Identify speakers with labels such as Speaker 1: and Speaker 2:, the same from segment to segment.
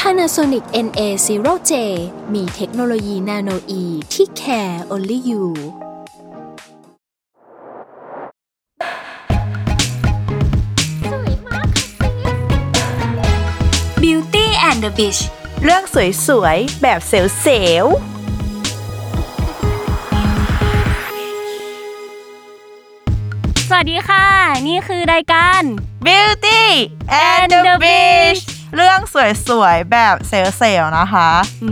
Speaker 1: Panasonic NA0J มีเทคโนโลยีนาโนอีที่ care only you
Speaker 2: Beauty and the Beach
Speaker 3: เรื่องสวยๆ แบบเซลล์
Speaker 2: สวัสดีค่ะ นี่คือรายการ
Speaker 3: ๆ Beauty and
Speaker 2: and
Speaker 3: the
Speaker 2: the
Speaker 3: Beach
Speaker 2: Beast
Speaker 3: เรื่องสวยๆ แบบเซลล์ๆนะคะ
Speaker 2: อื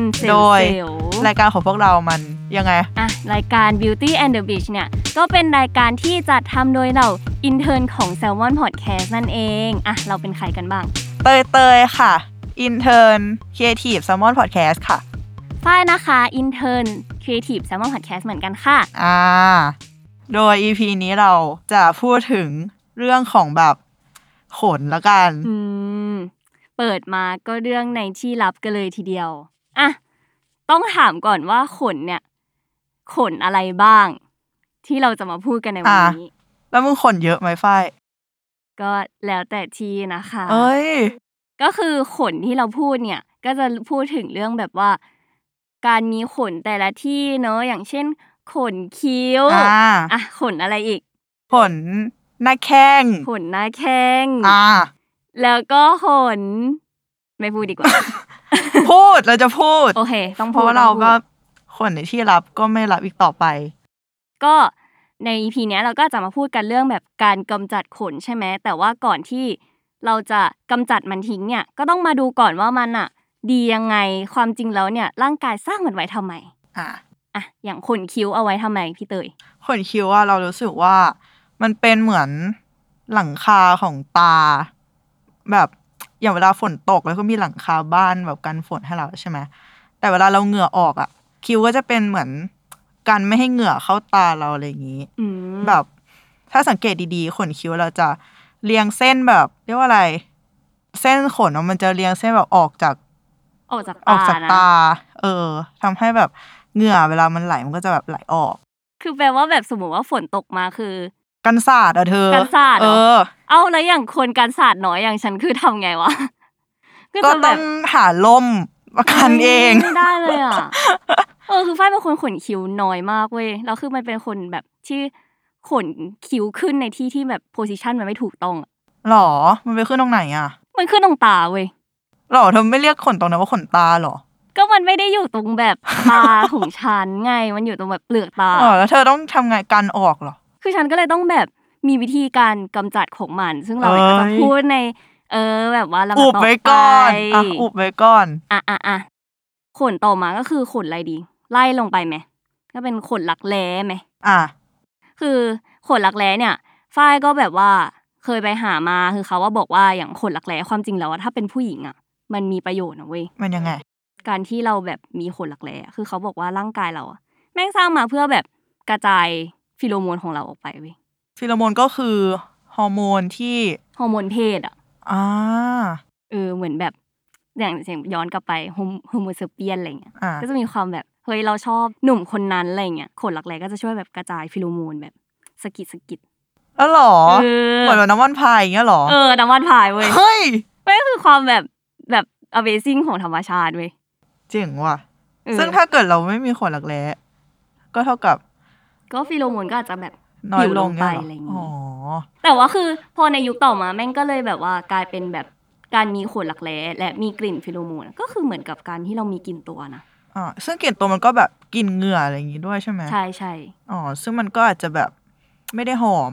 Speaker 2: มเซล
Speaker 3: โดย
Speaker 2: ล์
Speaker 3: รายการของพวกเรามันยังไง
Speaker 2: อ่ะรายการ Beauty and the Beach เนี่ย ก็เป็นรายการที่จัดทำโดยเราอินเทอร์นของ Salmon Podcast นั่นเอง อ่ะ เราเป็นใครกันบ้าง
Speaker 3: เตยๆ ค่ะ Intern Creative Salmon Podcast ค่ะ
Speaker 2: ฝ้ายนะคะอินเทอร์นครีเอทีฟ Salmon Podcast เหมือนกันค่ะ
Speaker 3: อ่า โดย EP นี้เราจะพูดถึงเรื่องของแบบขนแล้วกัน
Speaker 2: อืม เปิดมาก็เรื่องในที่ลับกันเลยทีเดียว อ่ะ ต้องถามก่อนว่าขนเนี่ย ขนอะไรบ้าง ที่เราจะมาพูดกันในวัน
Speaker 3: อ่ะ
Speaker 2: นี้
Speaker 3: แล้วมึงขนเยอะไหมฝ้าย
Speaker 2: ก็แล้วแต่ที่นะคะ
Speaker 3: เอ้ย
Speaker 2: ก็คือขนที่เราพูดเนี่ย ก็จะพูดถึงเรื่องแบบว่า การมีขนแต่ละที่เนอะอย่างเช่น ขนคิ้ว
Speaker 3: อ่า
Speaker 2: อ่ะขนอะไรอีก
Speaker 3: ขนหน้าแข้ง
Speaker 2: ขนหน้าแข้ง
Speaker 3: อ่า
Speaker 2: แล้วก็ขน ไม่พูดดี กว่า
Speaker 3: พูดเราจะพูด
Speaker 2: โอเค ต้อง
Speaker 3: เพ
Speaker 2: พู
Speaker 3: ราะ
Speaker 2: ด
Speaker 3: ว่าเรา
Speaker 2: ต้องพูด
Speaker 3: ก็คนในที่รับก็ไม่รับอีกต่อไป
Speaker 2: ก็ใน EP เนี้ยเราก็จะมาพูดกันเรื่องแบบการกำจัดขนใช่ไหมแต่ว่าก่อนที่เราจะกำจัดมันทิ้งเนี่ย ก็ต้องมาดูก่อนว่ามันอะดียังไงความจริงแล้วเนี่ย ร่างกายสร้างมันไว้ทำไม
Speaker 3: อ่ะ
Speaker 2: อะอย่างขนคิ้วเอาไว้ทำไมพี่เตย
Speaker 3: ขนคิ้วว่าเรารู้สึกว่ามันเป็นเหมือนหลังคาของตา แบบอย่างเวลาฝนตกแล้วก็มีหลังคาบ้านแบบกันฝนให้เราใช่ไหมแต่เวลาเราเหงื่อออกอ่ะ คิ้วก็จะเป็นเหมือนกันไม่ให้เหงื่อเข้าตาเราอะไรอย่างนี้
Speaker 2: อืม
Speaker 3: แบบ ถ้าสังเกตดีๆ ขนคิ้วเราจะเรียงเส้นแบบเรียกว่าอะไร เส้นขนอะมันจะเรียงเส้นแบบออกจาก
Speaker 2: ออกจาก
Speaker 3: ออกจาก
Speaker 2: นะ
Speaker 3: ตา เออทำให้แบบเหงื่อเวลามันไหลมันก็จะแบบไหลออก
Speaker 2: คือแปลว่าแบบสมมติว่าฝนตกมาคือ
Speaker 3: กันศาสตร์อะเธอ
Speaker 2: กันศาสตร์
Speaker 3: เอ
Speaker 2: เหรอ
Speaker 3: อ
Speaker 2: เอ้าแล้วอย่างคนการศาสตร์น้อยอย่างฉันคือทำไงวะ ก็
Speaker 3: ก็
Speaker 2: จะแบ
Speaker 3: ต้อบ งหาล่มประกันเอง
Speaker 2: ไม่ได้เลยอ่ะ เออคือฝ้ายเป็นคนขนคิ้วน้อยมากเว้ยแล้วคือมันเป็นคนแบบที่ขนคิ้วขึ้นในที่ที่แบบโพสิชันมันไม่ถูกต้องอะ
Speaker 3: หรอ มันไปขึ้นตรงไหนอะ
Speaker 2: มันขึ้นตรงตาเว้ย
Speaker 3: หรอเธอไม่เรียกขนตรงนั้นว่าขนตาหรอ
Speaker 2: ก็มันไม่ได้อยู่ตรงแบบตา ของฉันไงมันอยู่ตรงแบบเปลือกตา
Speaker 3: อ๋อแล้วเธอต้องทำไงกันออกเหรอ
Speaker 2: คือฉันก็เลยต้องแบบมีวิธีการกำจัดของมัน ซึ่งเราเนี่ยก็จะ
Speaker 3: เอ้ย
Speaker 2: พูดใน เออ แบบว่าลำดับ
Speaker 3: อุบ
Speaker 2: ต่อ
Speaker 3: ไว้ก่อน
Speaker 2: ไป
Speaker 3: อ่ะอุบไว้ก่อน
Speaker 2: อ่ะอ่ะอ่ะขนต่อมาก็คือขนอะไรดี ไล่ลงไปไหมก็เป็นขนหลักแร้ไหม
Speaker 3: อ่ะ
Speaker 2: คือขนหลักแร้เนี่ยฝ้ายก็แบบว่าเคยไปหามาคือเขาว่าบอกว่าอย่างขนหลักแร้ความจริงแล้วอะถ้าเป็นผู้หญิงอ่ะ มันมีประโยชน์นะเว้ย
Speaker 3: มันยังไง
Speaker 2: การที่เราแบบมีขนหลักแร้อะคือเขาบอกว่าร่างกายเราอะแม่งสร้างมาเพื่อแบบกระจายฟิโลโมนของเราออกไปเว้ย
Speaker 3: ฟิโลโมนก็คือฮอร์โมนที่
Speaker 2: ฮอร์โมนเพศอ่ะ
Speaker 3: อ่า
Speaker 2: เออเหมือนแบบอย่างอย่างย้อนกลับไปโฮมโฮโมเซเปียนอะไรเงี้ย
Speaker 3: อ่ะ
Speaker 2: ก็จะมีความแบบเฮ้ยเราชอบหนุ่มคนนั้นอะไรเงี้ยขนหลักแร้ก็จะช่วยแบบกระจายฟิโลโมนแบบสะกิดสะกิด
Speaker 3: แล้วหรอ
Speaker 2: เออ
Speaker 3: เหมือนแบบน้ำมันพายอย่างเงี้ยหรอ
Speaker 2: เออดังวันพายเว้ ย
Speaker 3: เฮ้ย
Speaker 2: มันก็คือความแบบแบบ Amazing ของธรรมชาติเว้ย
Speaker 3: เจ๋งว่ะ
Speaker 2: เออ
Speaker 3: ซึ่งถ้าเกิดเราไม่มีขนหลักแร้ก็เท่ากับ
Speaker 2: ก็ฟิโลโมนก็อาจจะแบบ
Speaker 3: น้อย
Speaker 2: อยู่
Speaker 3: ล
Speaker 2: ล
Speaker 3: ง
Speaker 2: ง
Speaker 3: เงี้ย
Speaker 2: ไป
Speaker 3: เหร
Speaker 2: อะไรอย่างงี้
Speaker 3: อ๋อ
Speaker 2: แต่ว่าคือพอในยุคต่อมาแม่งก็เลยแบบว่ากลายเป็นแบบการมีขนหลักแร้และมีกลิ่นฟิโลโมนก็คือเหมือนกับการที่เรามีกลิ่นตัวนะ
Speaker 3: อ่าซึ่งกลิ่นตัวมันก็แบบกลิ่นเหงื่ออะไรอย่างงี้ด้วยใช่ไหม
Speaker 2: ใช่ใช่
Speaker 3: อ๋อซึ่งมันก็อาจจะแบบไม่ได้หอม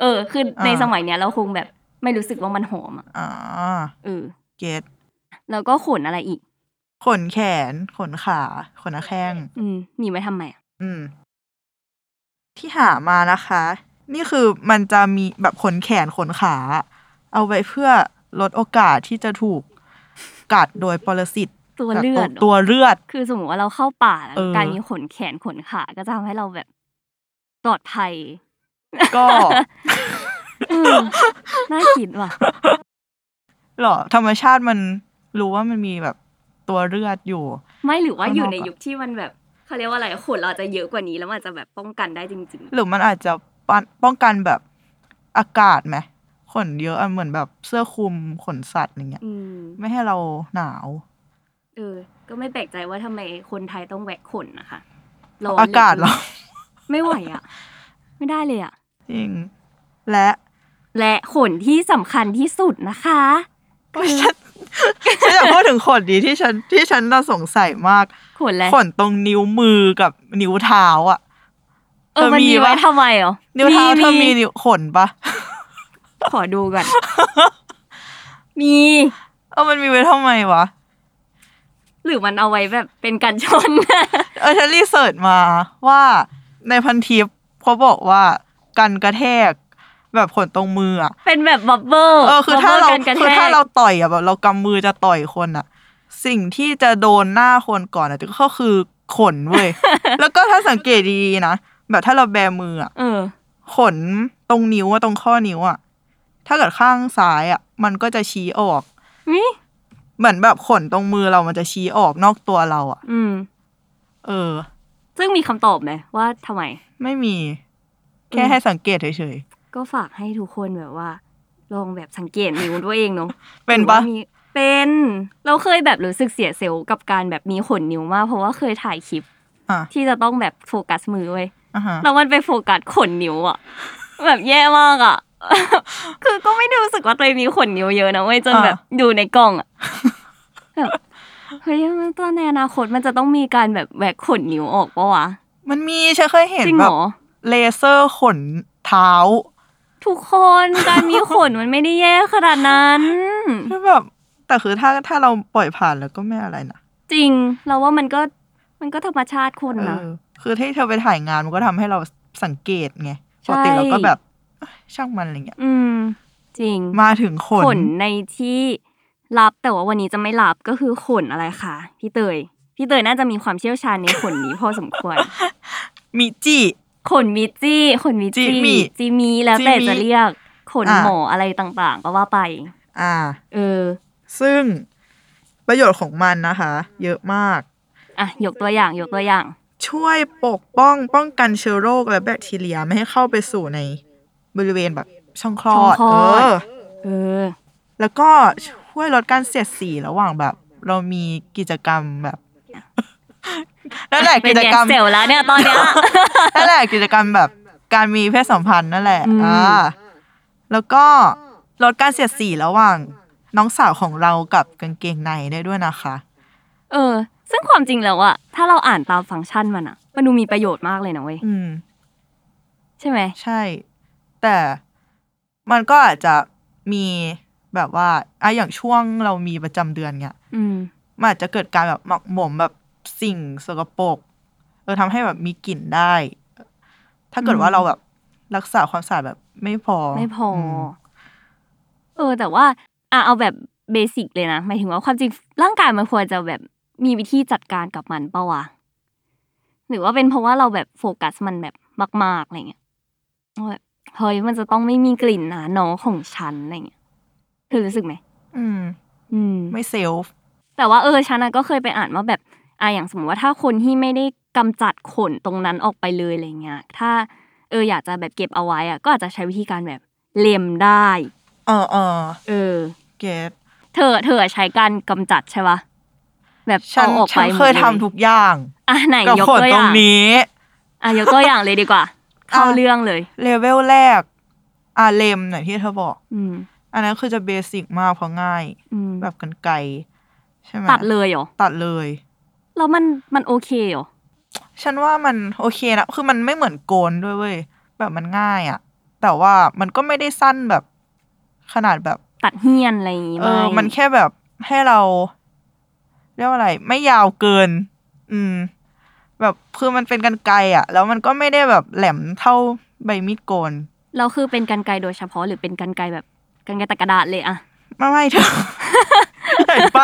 Speaker 2: เออ คือใน
Speaker 3: อ่า
Speaker 2: สมัยเนี้ยเราคงแบบไม่รู้สึกว่ามันหอมอ่ะ
Speaker 3: อ่า
Speaker 2: เออ
Speaker 3: เก็ต
Speaker 2: แล้วก็ขนอะไรอีก
Speaker 3: ขนแขน ขนขา ขนหน้าแข้ง
Speaker 2: อืมมีไว้ทำไมอะ
Speaker 3: อืม ที่หามานะคะ นี่คือมันจะมีแบบขนแขนขนขา เอาไว้เพื่อลดโอกาสที่จะถูกกัดโดยปรสิต
Speaker 2: ตัวเลือด
Speaker 3: ตัวเลือด
Speaker 2: คือสมมติว่าเราเข้าป่าแล้ว
Speaker 3: เออ
Speaker 2: การมีขนแขนขนขาก็จะทำให้เราแบบปลอดภัย
Speaker 3: ก็
Speaker 2: อืมน่าคิดว่ะ
Speaker 3: หรอธรรมชาติมันรู้ว่ามันมีแบบตัวเลือดอยู่
Speaker 2: ไม่หรือว่า
Speaker 3: ข้างนอก
Speaker 2: อยู่ใน
Speaker 3: อะ
Speaker 2: ยุคที่มันแบบเขาเรียกว่าอะไรขนเราอาจจะเยอะกว่านี้แล้วมันอาจจะแบบป้องกันได้จริง
Speaker 3: หรือมันอาจจะป้องป้องกันแบบอากาศไหมขนเยอะอะเหมือนแบบเสื้อคลุมขนสัตว์อย่างเงี้ย
Speaker 2: ๆ อืม
Speaker 3: ไม่ให้เราหนาว
Speaker 2: เออ ก็ไม่แปลกใจว่าทำไมคนไทยต้องแหวกขนนะคะ
Speaker 3: อากาศเหรอ
Speaker 2: ไม่ไหวอ่ะ ไม่ได้เลยอ่ะ
Speaker 3: จริง และ
Speaker 2: และขนที่สำคัญที่สุดนะคะ
Speaker 3: ฉันฉันอยากพูดถึงขนดีที่ฉันที่ฉันน่าสงสัยมาก
Speaker 2: ขนอะไร
Speaker 3: ขนตรงนิ้วมือกับนิ้วเท้าอ่ะ
Speaker 2: เออ
Speaker 3: เธอ
Speaker 2: มัน
Speaker 3: มี
Speaker 2: มี
Speaker 3: ปะ
Speaker 2: ไว้ทำไมอ๋อ
Speaker 3: นิ้วเท้าเธอมีนิ้วขนปะ
Speaker 2: ขอดูก่อน มี
Speaker 3: เออมันมีไว้ทำไมวะ
Speaker 2: หรือมันเอาไว้แบบเป็นกันชน
Speaker 3: เออฉันรีเสิร์ชมาว่าในพันทิปเขาบอกว่ากันกระแทกแบบขนตรงมืออะ
Speaker 2: เป็นแบบบับเบิ้ล
Speaker 3: เออคือถ้าเรา
Speaker 2: บับบิ้ลกันกระ
Speaker 3: คือ
Speaker 2: แท
Speaker 3: ถ้าก เราต่อยอะแบบเรากำมือจะต่อยคนอะสิ่งที่จะโดนหน้าคนก่อนอะก็คือขนเว้ย แล้วก็ถ้าสังเกตดีๆนะแบบถ้าเราแบมืออะ
Speaker 2: เออ
Speaker 3: ขนตรงนิ้วอะตรงข้อนิ้วอะถ้าเกิดข้างซ้ายอะมันก็จะชี้ออก
Speaker 2: นี่
Speaker 3: เหมือนแบบขนตรงมือเรามันจะชี้ออกนอกตัวเราอะ
Speaker 2: อืม
Speaker 3: เออ
Speaker 2: ซึ่งมีคำตอบไหมว่าทำไม
Speaker 3: ไม่มี แค่ให้สังเกตเฉยๆ
Speaker 2: ก็ฝากให้ทุกคนแบบว่า ลองแบบสังเกตนิ้วตัวเองเนาะ
Speaker 3: เป็น
Speaker 2: หรือ
Speaker 3: ปะ
Speaker 2: ว่ามีเป็นเราเคยแบบรู้สึกเสียเซลล์กับการแบบมีขนนิ้วมาก เพราะว่าเคยถ่ายคลิป
Speaker 3: อ่ะ
Speaker 2: ที่จะต้องแบบโฟกัสมือเว้ย
Speaker 3: อ่ะฮะ
Speaker 2: แล้วมันไปโฟกัสขนนิ้วอะแบบแย่มากอะ คือก็ไม่ได้รู้สึกว่าตัวเองมีขนนิ้วเยอะนะเว้ยจนแบบดูในกล้องอะ แบบเฮ้ยตอนในอนาคตมันจะต้องมีการแบบแหวกขนนิ้วออกปะวะ
Speaker 3: มันมีฉันเคยเห็น
Speaker 2: จริง
Speaker 3: แบ
Speaker 2: เหร
Speaker 3: บ
Speaker 2: อ
Speaker 3: เลเซอร์ขนเท้า
Speaker 2: ทุกคนการมีขนมันไม่ได้แย่ขนาดนั้น
Speaker 3: แล้วแบบแต่คือถ้าถ้าเราปล่อยผ่านแล้วก็ไม่อะไรนะ
Speaker 2: จริง เราว่ามันก็มันก็ธรรมชาติคน
Speaker 3: เอ
Speaker 2: นะ
Speaker 3: อคือที่เธอไปถ่ายงานมันก็ทำให้เราสังเกตไงป
Speaker 2: ใช่
Speaker 3: กติเราก็แบบเอ้ยช่างมันอะไรเงี้ย
Speaker 2: อืม จริง
Speaker 3: มาถึงขน
Speaker 2: ขนในที่ลับแต่ว่าวันนี้จะไม่ลับก็คือขนอะไรคะพี่เตย พี่เตยน่าจะมีความเชี่ยวชาญในขนนี้ พอสมควร
Speaker 3: มิจิ
Speaker 2: ขนมิจี้ขนมิจี้
Speaker 3: จิมิ
Speaker 2: จิมีแล้วแต่
Speaker 3: จิมิ
Speaker 2: จะเรียก ขน
Speaker 3: อ่ะ
Speaker 2: หมออะไรต่างๆ ก็ว่าไป
Speaker 3: อ่า
Speaker 2: เออ
Speaker 3: ซึ่งประโยชน์ของมันนะคะ เยอะมาก
Speaker 2: อ่ะ ยกตัวอย่างยกตัวอย่าง
Speaker 3: ช่วยปกป้องป้องกันเชื้อโรคและแบคทีเรียไม่ให้เข้าไปสู่ในบริเวณแบบช่องคลอด
Speaker 2: ช่องคลอด
Speaker 3: เออ
Speaker 2: เออ
Speaker 3: แล้วก็ช่วยลดการเสียดสีระหว่างแบบ เรามีกิจกรรมแบบ นั่นแหละ
Speaker 2: เป็
Speaker 3: กิ
Speaker 2: น
Speaker 3: จ
Speaker 2: แยก
Speaker 3: กรรม
Speaker 2: เซลแล้วเนี่ยตอนเนี้ย
Speaker 3: นั่นแหละกิจกรรมแบบการมีเพศสัมพันธ์นั่นแหละ
Speaker 2: อืม
Speaker 3: อ่าแล้วก็ลดการเสียดสีระหว่างน้องสาวของเรากับกางเกงในได้ด้วยนะคะ
Speaker 2: เออ ซึ่งความจริงแล้วอะถ้าเราอ่านตามฟังก์ชันมันอะมันดูมีประโยชน์มากเลยนะเว้ย
Speaker 3: อืม
Speaker 2: ใช่ไหม
Speaker 3: ใช่ แต่มันก็อาจจะมีแบบว่าอ่ะอย่างช่วงเรามีประจำเดือนเนี่ย
Speaker 2: อืม
Speaker 3: มันอาจจะเกิดการแบบหมักหมมแบบสิ่งสกปรกเออทำให้แบบมีกลิ่นได้ ถ้าเกิดว่า
Speaker 2: อืม
Speaker 3: เราแบบรักษาความสะอาดแบบไม่พอ
Speaker 2: ไม่พออ
Speaker 3: ม
Speaker 2: เออ แต่ว่าอ่ะเอาแบบเบสิกเลยนะ หมายถึงว่าความจริงร่างกายมันควรจะแบบมีวิธีจัดการกับมันปะวะ หรือว่าเป็นเพราะว่าเราแบบโฟกัสมันแบบมากๆอะไรเงี้ยว่าแบบเฮ้ยมันจะต้องไม่มีกลิ่นนะน้องของฉันอะไรเงี้ยเธอรู้สึกไหม
Speaker 3: อืม
Speaker 2: อืม
Speaker 3: ไม่เซลฟ์
Speaker 2: แต่ว่าเออฉันนะก็เคยไปอ่านว่าแบบอ่ะอย่างสมมติว่าถ้าคนที่ไม่ได้กำจัดขนตรงนั้นออกไปเลยอะไรเงี้ยถ้าเอออยากจะแบบเก็บเอาไว้อ่ะก็อาจจะใช้วิธีการแบบเล็มได้
Speaker 3: เออเออ
Speaker 2: เออ
Speaker 3: เกต
Speaker 2: เธอเธอใช้การกำจัดใช่ปะแบบ
Speaker 3: ฉั
Speaker 2: เอา
Speaker 3: น
Speaker 2: ออก
Speaker 3: ฉั
Speaker 2: ไป
Speaker 3: น
Speaker 2: หมด
Speaker 3: เคยทำทุกอย่าง
Speaker 2: อ่ะไหน
Speaker 3: กับ
Speaker 2: ยก
Speaker 3: ขน
Speaker 2: ตัวอ
Speaker 3: ตร
Speaker 2: ย่าง ง
Speaker 3: นี้
Speaker 2: อ่ะยกตัวอย่างเลยดี กว่า เข้าเรื่องเลย
Speaker 3: เลเวลแรก อาเลมหน่อยที่เธอบอก
Speaker 2: อืม
Speaker 3: อันนั้นคือจะเบสิกมากเพราะง่าย
Speaker 2: อืม
Speaker 3: แบบกันไกลใช่ไหม
Speaker 2: ตัดเลยเหรอ
Speaker 3: ตัดเลย
Speaker 2: แล้วมันมันโอเคเหรอ
Speaker 3: ฉันว่ามันโอเคนะ คือมันไม่เหมือนโกนด้วยเว้ย แบบมันง่ายอะแต่ว่ามันก็ไม่ได้สั้นแบบขนาดแบบ
Speaker 2: ตัดเฮียนอะไรอย่างงี้ไห
Speaker 3: เออ มันแค่แบบให้เรา เรียกว่าอะไร ไม่ยาวเกิน อืม แบบคือมันเป็นกันไกรอะแล้วมันก็ไม่ได้แบบแหลมเท่าใบมีดโกน
Speaker 2: เราคือ เป็นกันไกรโดยเฉพาะหรือเป็นกันไกรแบบกันไกรตะกระดาษเลยอะ
Speaker 3: ไม่ไม่เธอ ใหญ่ไป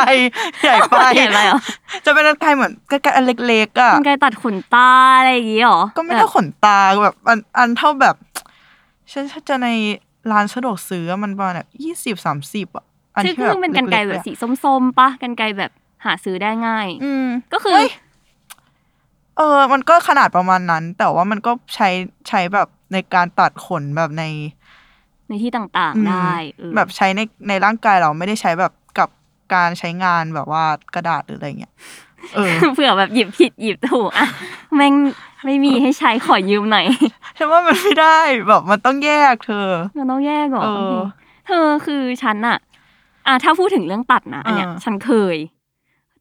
Speaker 3: ใหญ่ไป
Speaker 2: ใหญ่ไปเหรอ
Speaker 3: จะเป็นกันไกลเหมือนกันไกลอันเล็กๆอ่ะ
Speaker 2: กันไกลตัดขนตาอะไรอย่างงี้เหรอ
Speaker 3: ก็ไม่เท่าขนตาแบบอันอันเท่าแบบฉันถ้าเจะในร้านสะดวกซื้อมันประมาณแบบยี่สิบสามสิบอ่ะอัน
Speaker 2: ซึ่ง
Speaker 3: ที่แบบ
Speaker 2: ซึ่งเป็นกันไกลแบบสีส้มๆปะกันไกลแบบหาซื้อได้ง่าย
Speaker 3: อืม
Speaker 2: ก็คือ
Speaker 3: เฮ้ย เออ มันก็ขนาดประมาณนั้น แต่ว่ามันก็ใช้ใช้แบบในการตัดขนแบบใน
Speaker 2: ในที่ต่างๆได้เออ
Speaker 3: แบบใช้ในในร่างกายเราไม่ได้ใช้แบบกับการใช้งานแบบว่ากระดาษหรืออะไรเงี้ย เอ อ
Speaker 2: เผื่อแบบหยิบผิดหยิบถูกอะแม่งไม่มีให้ใช้ขอยืม หน่อย
Speaker 3: ฉันว่ามันไม่ได้แบบมันต้องแยกเธอ
Speaker 2: มันต้องแยกเหรอ
Speaker 3: เออ
Speaker 2: เธอคือฉันอะอ่ะถ้าพูดถึงเรื่องตัดนะอันเนี้ย
Speaker 3: อ่า
Speaker 2: ฉันเคย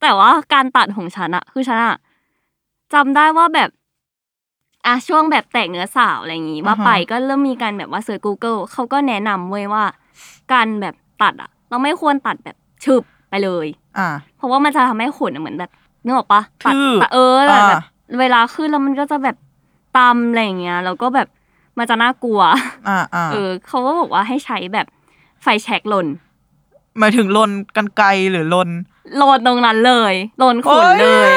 Speaker 2: แต่ว่าการตัดของฉันอะคือฉันอะจำได้ว่าแบบอ่ะช่วงแบบแตกเนื้อสาวอะไรอย่างงี้ว่าไปก็เริ่มมีการแบบว่าเสิร์ช Google เขาก็แนะนำเว้ยว่า การแบบตัดอะเราไม่ควรตัดแบบฉึบไปเลย
Speaker 3: อ่ะ
Speaker 2: เพราะว่ามันจะทำให้ขนอะเหมือนแบบนึกออกปะตัด
Speaker 3: ทื่อ
Speaker 2: ตัดเออแต่แบบ
Speaker 3: อ่า
Speaker 2: เวลาขึ้นแล้วมันก็จะแบบตำอะไรอย่างเงี้ยแล้วก็แบบมันจะน่ากลัว
Speaker 3: อ่ะอ่ะ
Speaker 2: เออเขาก็บอกว่าให้ใช้แบบไฟแช็กลน
Speaker 3: หมายถึงลนกันไกลหรือลน
Speaker 2: ลนตรงนั้นเลยลนขนเลย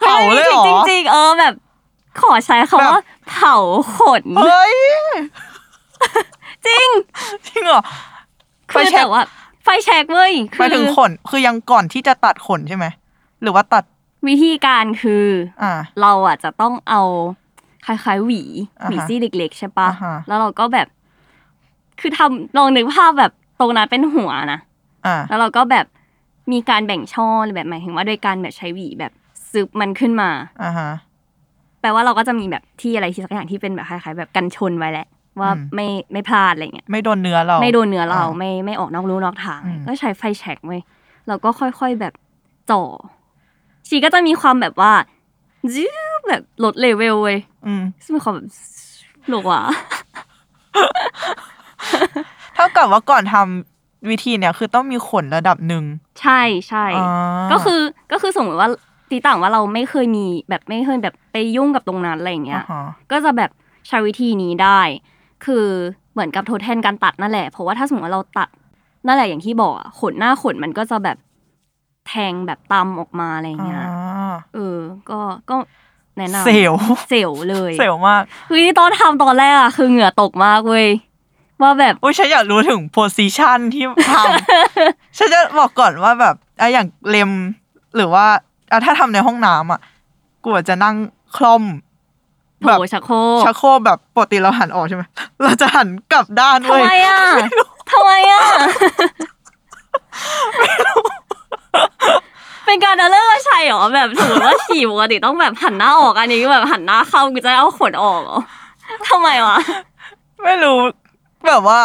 Speaker 3: โอ้เผาเลยเหรอ
Speaker 2: จริงๆจริงๆเออแบบ ขอใช้คา
Speaker 3: แบบ
Speaker 2: ว่าเผาขน
Speaker 3: เฮ้ย
Speaker 2: จริง
Speaker 3: จริงเหรอ ไฟ
Speaker 2: คือ
Speaker 3: แช็ก
Speaker 2: แต่ว่าไฟแช็กเว้ย
Speaker 3: หมาย
Speaker 2: คื
Speaker 3: ถึง
Speaker 2: อ
Speaker 3: ขนคือยังก่อนที่จะตัดขนใช่ไหมหรือว่าตัด
Speaker 2: วิธีการคือ
Speaker 3: อ่ะ
Speaker 2: เราอ่ะจะต้องเอาคล้ายๆหวี
Speaker 3: อ่าฮะ
Speaker 2: หวีซี่เล็กๆใช่ปะ
Speaker 3: อ่าฮะ
Speaker 2: แล้วเราก็แบบ คือทำลองนึกภาพแบบตรงนั้นเป็นหัวนะ
Speaker 3: อ่ะ
Speaker 2: แล้วเราก็แบบมีการแบ่งช่อหรือแบบหมายถึงว่าโดยการแบบใช้หวีแบบซึบมันขึ้นมา
Speaker 3: อ่ะฮะ
Speaker 2: แปลว่าเราก็จะมีแบบที่อะไรที่สักอย่างที่เป็นแบบคล้ายๆแบบกันชนไว้แหละ ว่า
Speaker 3: อืม
Speaker 2: ไม่ไม่พลาดอะไรเงี้ย
Speaker 3: ไม่โดนเนื้อเรา
Speaker 2: ไม่โดนเนื้อเรา
Speaker 3: อ่า
Speaker 2: ไม่ไม่ออกนอกรูนอกทาง
Speaker 3: อืม
Speaker 2: ก็ใช้ไฟแฉกไว้ยเราก็ค่อยๆแบบจ่อชีก็จะมีความแบบว่าจื้อแบบลดเลเวลเว้ย
Speaker 3: อืม
Speaker 2: ซึ่งมีความแบบหลกว่ะ
Speaker 3: เท่ากับว่าก่อนทำวิธีเนี่ยคือต้องมีขนระดับหนึ่ง
Speaker 2: ใช่ใช่
Speaker 3: อ่า
Speaker 2: ก็คือก็คือสมมติว่าตีต่างว่าเราไม่เคยมีแบบไม่เคยแบบไปยุ่งกับตรงนั้นอะไรอย่างเงี้
Speaker 3: อ่าย ฮะ
Speaker 2: ก็จะแบบใช้วิธีนี้ได้ คือเหมือนกับทดแทนการตัดนั่นแหละ เพราะว่าถ้าสมมติว่าเราตัดนั่นแหละอย่างที่บอกอะขนหน้าขนมันก็จะแบบแทงแบบตำออกมาอะไรอย่างเงี้ย
Speaker 3: อ่า
Speaker 2: เออ ก็ก็แนะนำ
Speaker 3: เซลล
Speaker 2: เซลล์เลย
Speaker 3: เซลลมาก
Speaker 2: คือตอนทำตอนแรกอะคือเหงื่อตกมากเว้ยว่าแบบ
Speaker 3: อุ้ยฉันอยากรู้ถึงโพซิชันที่ทำ ฉันจะบอกก่อนว่าแบบอ่ะอย่างเล็มหรือว่าอ่ะถ้าทำในห้องน้ำอ่ะกูอาจจะนั่งคล่อม
Speaker 2: โถ
Speaker 3: แบบ
Speaker 2: ชักโครก
Speaker 3: ชักโครกแบบปกติเราหันออกใช่ไหม เราจะหันกลับด้าน
Speaker 2: ทำ
Speaker 3: เว้ย
Speaker 2: ไมอะทำไมอะเป็นการเอาเลิกใช่เหรอแบบสมมติว่าฉี่ปกติต้องแบบหันหน้าออกอันนี้ก็แบบหันหน้าเข้ากูจะเอาขนออกเหรอทำไมวะ
Speaker 3: ไม่รู้ แบบว่า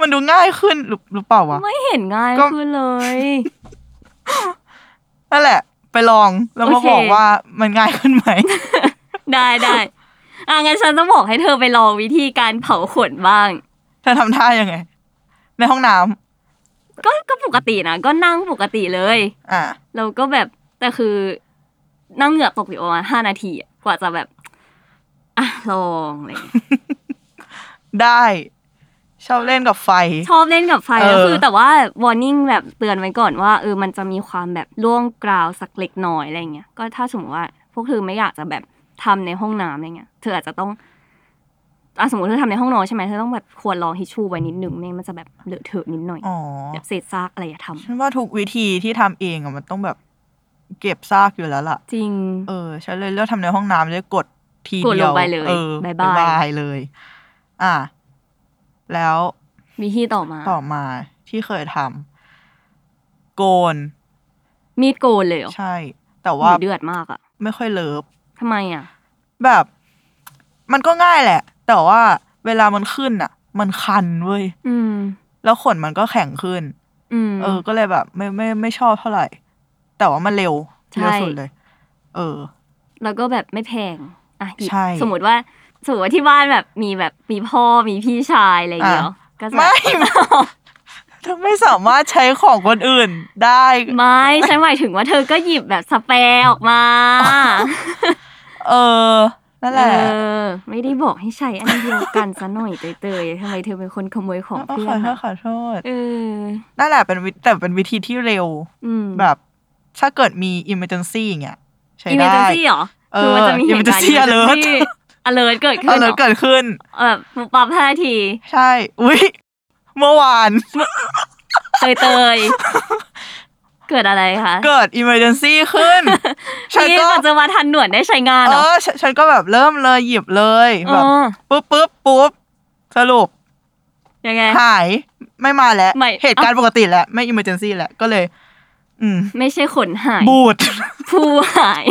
Speaker 3: มันดูง่ายขึ้นหรือหรือเปล่าวะ
Speaker 2: ไม่เห็นง่าย
Speaker 3: ก็
Speaker 2: ขึ้นเลย
Speaker 3: นั่นแหละ ไปลองแล้วมา
Speaker 2: โอเค
Speaker 3: บอกว่ามันง่ายขึ้นไหม
Speaker 2: ได้ได้อ่ะงั้นฉันจะบอกให้เธอไปลองวิธีการเผาขนบ้าง
Speaker 3: เธอทำท่ายังไง ในห้องน้
Speaker 2: ก็ก็ปกตินะก็นั่งปกติเลย
Speaker 3: ำอ่า
Speaker 2: เราก็แบบแต่คือนั่งเหงื่อตกอยู่ประมาณห้านาทีอะกว่าจะแบบ อ่ะลองอะไรอย่างเงี้ย
Speaker 3: ได้ ชอบเล่นกับไฟ
Speaker 2: ชอบเล่นกับไฟ
Speaker 3: เออ
Speaker 2: แล้วคือแต่ว่าวอร์นิ่งแบบเตือนไว้ก่อนว่าเออมันจะมีความแบบล่วงกราวสักเล็กน้อยอะไรอย่างเงี้ยก็ถ้าสมมติว่า พวกเธอไม่อยากจะแบบทำในห้องน้ำอะไรเงี้ยเธออาจจะต้องอ่ะสมมติเธอทำในห้องนอนใช่ไหมเธอต้องแบบควรรองทิชชู่ไว้นิดนึงไม่งั้นมันจะแบบเลอะเทอะนิดหน่อย
Speaker 3: อ๋อ
Speaker 2: แบบเศษซากอะไรอย่าท
Speaker 3: ฉันว่าทุกวิธีที่ทำเองอะมันต้องแบบ เก็บซากอยู่แล้วล่ะ
Speaker 2: ำจริง
Speaker 3: เออ ฉันเลยเลือกทำในห้องน้ำเลยกดที
Speaker 2: กด
Speaker 3: เดี
Speaker 2: ล
Speaker 3: ย
Speaker 2: ง
Speaker 3: ว
Speaker 2: ไปเลย
Speaker 3: เออ
Speaker 2: บ๊าย
Speaker 3: บา
Speaker 2: บาย
Speaker 3: ยบายเลย อ่ะ แล้ว
Speaker 2: วิธีต่อมา
Speaker 3: ต่อมาที่เคยทำโกน
Speaker 2: มีดโกนเลยเหรอ
Speaker 3: ใช่ แต่
Speaker 2: ห
Speaker 3: ว่า
Speaker 2: นูเดือดมากอะ
Speaker 3: ไม่ค่อยเลิฟ
Speaker 2: ทำไมอะ
Speaker 3: แบบ มันก็ง่ายแหละ แต่ว่าเวลามันขึ้นอ่ะ มันคันเว้ย
Speaker 2: อืม
Speaker 3: แล้วขนมันก็แข็งขึ้น
Speaker 2: อืม
Speaker 3: เออ ก็เลยแบบ ไม่ไม่ไม่ชอบเท่าไหร่ แต่ว่ามันเร็ว
Speaker 2: ใช่
Speaker 3: เร็วสุดเลย เออ
Speaker 2: แล้วก็แบบไม่แพง อ่ะหยิบ
Speaker 3: ใช่
Speaker 2: สมมติว่าสมมติว่าที่บ้านแบบมีแบบมีพ่อมีพี่ชายอะไรอย่างเงี้ย
Speaker 3: อ่ะ
Speaker 2: เหรอก็จะ
Speaker 3: ไม่ เธอ ไม่สามารถใช้ของคนอื่นได้
Speaker 2: ไม่ฉันหมายถึงว่าเธอก็หยิบแบบสเปรย์ออกมา
Speaker 3: เออ นั่นแหละ
Speaker 2: เออ ไม่ได้บอกให้ใช้อันเดียวกันซะหน่อยเตยๆทำไมเธอเป็นคนขโมยของ
Speaker 3: เออ
Speaker 2: เพื่
Speaker 3: ขอ
Speaker 2: อ
Speaker 3: น โทษ
Speaker 2: อะ
Speaker 3: ขอโทษ
Speaker 2: เออ
Speaker 3: นั่นแหละเป็นวิแต่เป็นวิธีที่เร็ว
Speaker 2: อืม
Speaker 3: แบบถ้าเกิดมี emergency อย่างเงี้ยใช้
Speaker 2: อีเม
Speaker 3: ได้
Speaker 2: เจนซี่เหรอ
Speaker 3: เออ
Speaker 2: คือมันจะมีเหตุการณ์
Speaker 3: emergency alert
Speaker 2: ที่ alert เกิด
Speaker 3: เอ
Speaker 2: ขึ้
Speaker 3: อนแล้วเกิดขึ้น
Speaker 2: แบบปุ๊บปั๊บห้าที
Speaker 3: ใช่ อุ้ยเมื่อวาน
Speaker 2: เตยเตย ๆเกิดอะไรคะ
Speaker 3: เกิด emergency ขึ้น ฉัน
Speaker 2: นี่
Speaker 3: ก็
Speaker 2: ปัจจุบันทันหน่วนได้ใช้งานเห
Speaker 3: เอ
Speaker 2: รอ
Speaker 3: อฉันฉันก็แบบเริ่มเลยหยิบเลย
Speaker 2: เอ
Speaker 3: แบบ
Speaker 2: อ
Speaker 3: ปุ๊บปุ๊บปุ๊บสรุป
Speaker 2: ยังไง
Speaker 3: หายไม่มาแล้ว
Speaker 2: ไม่
Speaker 3: เหตุการณ์ปกติแล้ว ไม่ emergency แล้ว ก็เลย อืม
Speaker 2: ไม่ใช่ขนหาย
Speaker 3: บูด
Speaker 2: ผู้หาย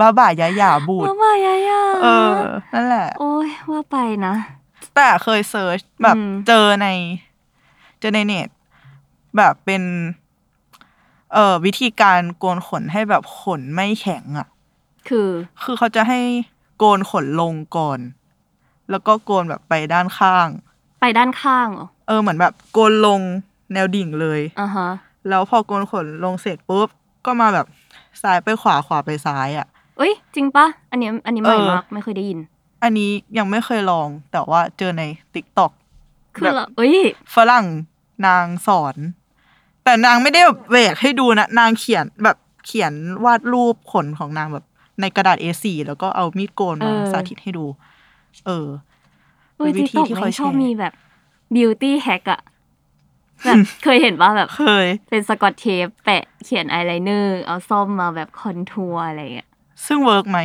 Speaker 3: บ้าบ่ายาหยาบูด
Speaker 2: ว่าไปยายา
Speaker 3: เออ นั่นแหละ
Speaker 2: โอ้ยว่าไปนะ
Speaker 3: แต่เคยเซิร์ชแบบ
Speaker 2: อืม
Speaker 3: เจอใน เจอในเน็ต แบบเป็น เอ่อ วิธีการโกนขนให้แบบขนไม่แข็งอ่ะ
Speaker 2: คือ
Speaker 3: คือเขาจะให้โกนขนลงก่อน แล้วก็โกนแบบไปด้านข้าง
Speaker 2: ไปด้านข้างเหรอ
Speaker 3: เออ เหมือนแบบโกนลงแนวดิ่งเลย
Speaker 2: อ่าฮะ
Speaker 3: แล้วพอโกนขนลงเสร็จปุ๊บ ก็มาแบบซ้ายไปขวาขวาไปซ้ายอ่ะ
Speaker 2: เอ้ย จริงปะอันนี้อันนี้ใหม่
Speaker 3: เออ
Speaker 2: มากไม่เคยได้ยิน
Speaker 3: อันนี้ยังไม่เคยลอง แต่ว่าเจอในติ๊กต็อก
Speaker 2: คือ
Speaker 3: แบบ
Speaker 2: เราเอ้ย
Speaker 3: ฝรั่งนางสอน แต่นางไม่ได้แบบเวกให้ดูนะ นางเขียนแบบเขียนวาดรูปขนของนางแบบ ในกระดาษ A4 แล้วก็เอามีดโกนมา
Speaker 2: เออ
Speaker 3: สาธิตให้ดู เออ
Speaker 2: เอ้ย
Speaker 3: เป็นวิ
Speaker 2: ติ๊ก
Speaker 3: ธี
Speaker 2: ต็อก
Speaker 3: ที่
Speaker 2: ไม่
Speaker 3: เขา
Speaker 2: ชอบ
Speaker 3: แชร์
Speaker 2: มีแบบ beauty hack อะ แบบเคยเห็นปะแบบ
Speaker 3: เคย
Speaker 2: เป็นสกอตเทปแปะเขียนอายไลเนอร์ เอาซ่อมมาแบบคอนทัวร์อะไรอย่างเงี้ย
Speaker 3: ซึ่งเวิ ร์กไหม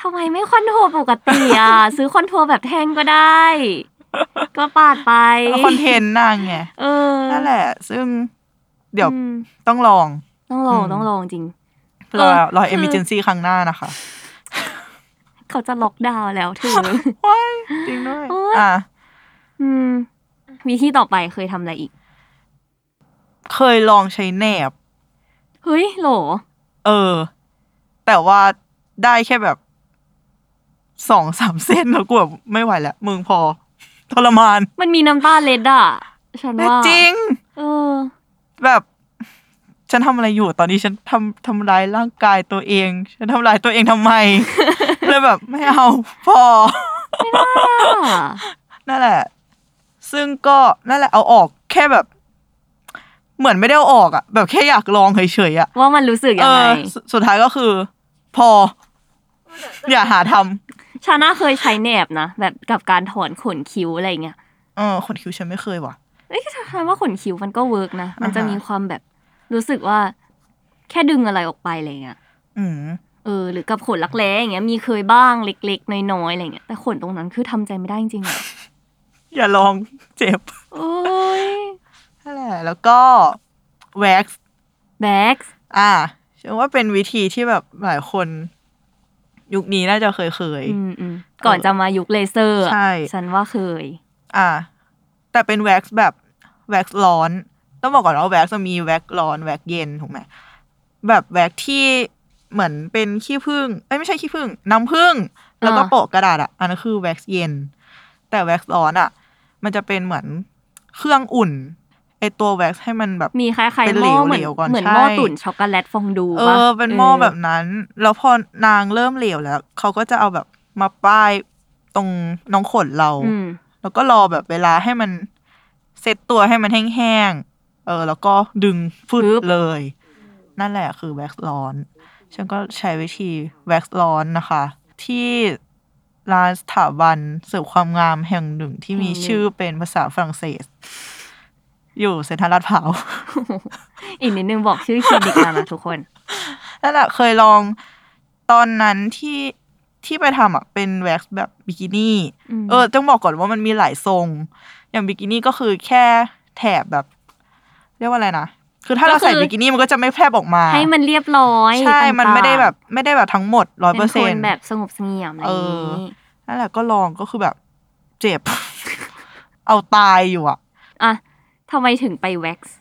Speaker 2: ทำไมไม่คอนทัวร์ปกติอ่ะ ซื้อคอนทัวร์แบบแท่งก็ได้ ก็ปาดไป
Speaker 3: คอนเทนต์นางไง
Speaker 2: เออ
Speaker 3: นั่นแหละ ซึ่งเดี๋ยว
Speaker 2: อืม
Speaker 3: ต้องลอง
Speaker 2: ต้องลองต้องลองจริง
Speaker 3: รอ
Speaker 2: เออ
Speaker 3: รอ
Speaker 2: คือ
Speaker 3: เอมิเจนซี่ครั้งหน้านะคะ
Speaker 2: เขาจะล็อกดาวน์แล้วเธอ
Speaker 3: ว้ายจริงด้วย
Speaker 2: โอ๊ย
Speaker 3: อ่ะ
Speaker 2: อืมวิธีต่อไปเคยทำอะไรอีก
Speaker 3: เคยลองใช้แหนบ
Speaker 2: เฮ้ยโหล
Speaker 3: เออ แต่ว่าได้แค่แบบสองสามเส้นแล้วกูแบบไม่ไหวแล้วมึงพอ ทรมาน
Speaker 2: มันมีน้ำตาลเล็ดอ่ะ ฉัน
Speaker 3: แต่
Speaker 2: ว่า
Speaker 3: จริง
Speaker 2: เออ
Speaker 3: แบบ ฉันทำอะไรอยู่ตอนนี้ฉันทำทำร้ายร่างกายตัวเอง ฉันทำร้ายตัวเองทำไม เลยแบบไม่เอาพอ
Speaker 2: อ่ะ
Speaker 3: นั่นแหละ ซึ่งก็นั่นแหละเอาออกแค่แบบ เหมือนไม่ได้เอาออกอะแบบแค่อยากลองเฉยๆอะ
Speaker 2: ว่ามันรู้สึก
Speaker 3: เอ
Speaker 2: ยัง
Speaker 3: อ
Speaker 2: ไง
Speaker 3: สุสุดท้ายก็คือ พอ อย่าหาท
Speaker 2: ชาน่าเคยใช้แหนบนะ แบบกับการถอนขนคิ้วอะไรอย่างเงี้ย
Speaker 3: ำเออขนคิ้วฉันไม่เคยว่ะ
Speaker 2: เอ้ยฉันว่าขนคิ้วมันก็เวิร์กนะ มันจะ
Speaker 3: อ่าฮะ
Speaker 2: มีความแบบรู้สึกว่า แค่ดึงอะไรออกไปอะไรอย่างเงี้ย
Speaker 3: อืม
Speaker 2: เออหรือกับขนรักแร้อย่างเงี้ยมีเคยบ้างเล็กๆ น้อยๆอะไรอย่างเงี้ยแต่ขนตรงนั้นคือทำใจไม่ได้จริงๆอะ
Speaker 3: อย่าลอง เจ็บ
Speaker 2: โอ้ย
Speaker 3: นั่นแหละแล้วก็แว็กซ์
Speaker 2: แบ็ก
Speaker 3: อ่ะฉันว่าเป็นวิธีที่แบบหลายคน ยุคนี้น่าจะเคยเคย
Speaker 2: อืมอืมก่อนจะมายุคเลเซอร์อะ
Speaker 3: ใช่
Speaker 2: ฉันว่าเคย
Speaker 3: ๆอ่ะแต่เป็นแว็กซ์แบบแว็กซ์ร้อน ต้องบอกก่อนว่าแว็กซ์จะมีแว็กซ์ร้อนแว็กซ์เย็นถูกไหมแบบแว็กซ์ที่เหมือนเป็นขี้ผึ้งเอ้ยไม่ใช่ขี้ผึ้งน้ำผึ้งแล้วก็
Speaker 2: อ่า
Speaker 3: โปะกระดาษอ่ะอันนั้นคือแว็กซ์เย็น แต่แว็กซ์ร้อนอ่ะ มันจะเป็นเหมือนเครื่องอุ่นไอตัวแว็กซ์ให้มันแบบ
Speaker 2: มีคล้าย
Speaker 3: เป็น
Speaker 2: ๆห
Speaker 3: เหล
Speaker 2: ม้อ
Speaker 3: ว
Speaker 2: เหมือน
Speaker 3: เหลวก่อน
Speaker 2: เหมือน
Speaker 3: ใช่
Speaker 2: หม้อตุ๋นช็อกโกแลตฟองดู
Speaker 3: เอ
Speaker 2: ปะ
Speaker 3: อ เป็นหม้อแบบนั้น แล้วพอนางเริ่มเหลวแล้ว เขาก็จะเอาแบบมาป้ายตรงน้องขนเรา
Speaker 2: อืม
Speaker 3: แล้วก็รอแบบเวลาให้มันเซ็ตตัวให้มันแห้งๆ เออ แล้วก็ดึงฟืดเลย นั่นแหละคือแว็กซ์ร้อน ฉันก็ใช้วิธีแว็กซ์ร้อนนะคะ ที่ร้านสถาบันเสริมความงามแห่งหนึ่งที่มีชื่อเป็นภาษาฝรั่งเศส อยู่เซ็นทรัลลาดพร้าว
Speaker 2: อีกนิดนึงบอกชื่อคลินิกมานะทุกคน
Speaker 3: นั่นแหละเคยลองตอนนั้นที่ที่ไปทำอ่ะเป็นแว็กซ์แบบบิกินี่
Speaker 2: อืม
Speaker 3: เออต้องบอกก่อนว่ามันมีหลายทรง อย่างบิกินี่ก็คือแค่แถบแบบ เรียกว่าอะไรนะ คือถ้าเราใส่บิกินี่มันก็จะไม่แพร่บออกมา
Speaker 2: ให้มันเรียบร้อย
Speaker 3: ใช่
Speaker 2: ต่างๆ
Speaker 3: มันไม่ได้แบบ ไม่ได้แบบทั้งหมดร้อยเป
Speaker 2: เป็
Speaker 3: อน ร์
Speaker 2: ค
Speaker 3: เซ็น
Speaker 2: น
Speaker 3: ต์
Speaker 2: แบบสงบเสงี่ยมอะไรอย่าง
Speaker 3: เอ
Speaker 2: นี้
Speaker 3: อ นั่นแหละก็ลองก็คือแบบ เจ็บ เอาตายอยู่อ่ะ
Speaker 2: อ่ะทำไมถึงไปแว็กซ์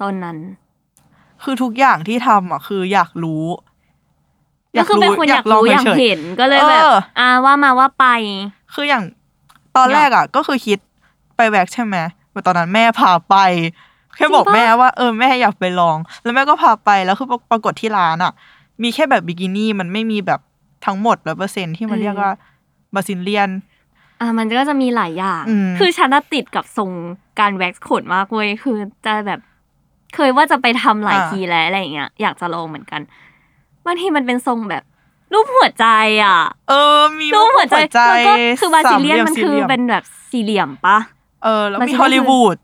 Speaker 2: ตอนนั้น
Speaker 3: คือทุกอย่างที่ทำอ่ะ คืออยากรู้
Speaker 2: ก็คือเป็นคนอยากรู้อยาก
Speaker 3: ฉ
Speaker 2: เห็นก็เลยแบบ
Speaker 3: เออ
Speaker 2: อ่าว่ามาว่าไป
Speaker 3: คืออย่างตอนแรกอ่ะ ก็คือคิดไปแว็กใช่ไหมแต่ตอนนั้นแม่พาไป แค่บอก
Speaker 2: จริงปะ
Speaker 3: แม่ว่าเออแม่อยากไปลอง แล้วแม่ก็พาไปแล้วคือปรากฏที่ร้านอ่ะ มีแค่แบบบิกินี่มันไม่มีแบบทั้งหมดร้อเปอร์เซ็นที่มัน
Speaker 2: อืม
Speaker 3: เรียกว่าบาซิเลียน
Speaker 2: อ่ะมันก็จะมีหลายอย่าง
Speaker 3: อืม
Speaker 2: คือฉันน่ะติดกับทรงการแว็กซ์ขนมากเว้ย คือจะแบบ เคยว่าจะไปทำหลายทีแล้วอะไรอย่างเงี้ย อยากจะลองเหมือนกัน บางทีมันเป็นทรงแบบ รูปหัวใจอ่ะ
Speaker 3: เออ มี
Speaker 2: รูปหัวใจ
Speaker 3: รูป
Speaker 2: แล้วก็คือบาซิเลียนมัน
Speaker 3: สา
Speaker 2: คือ
Speaker 3: หลี่ยสี่หลี่ย
Speaker 2: เป็นแบบสี่เหลี่ยมปะ
Speaker 3: เออแล้วมี
Speaker 2: Brazilian
Speaker 3: ฮอลลีวูด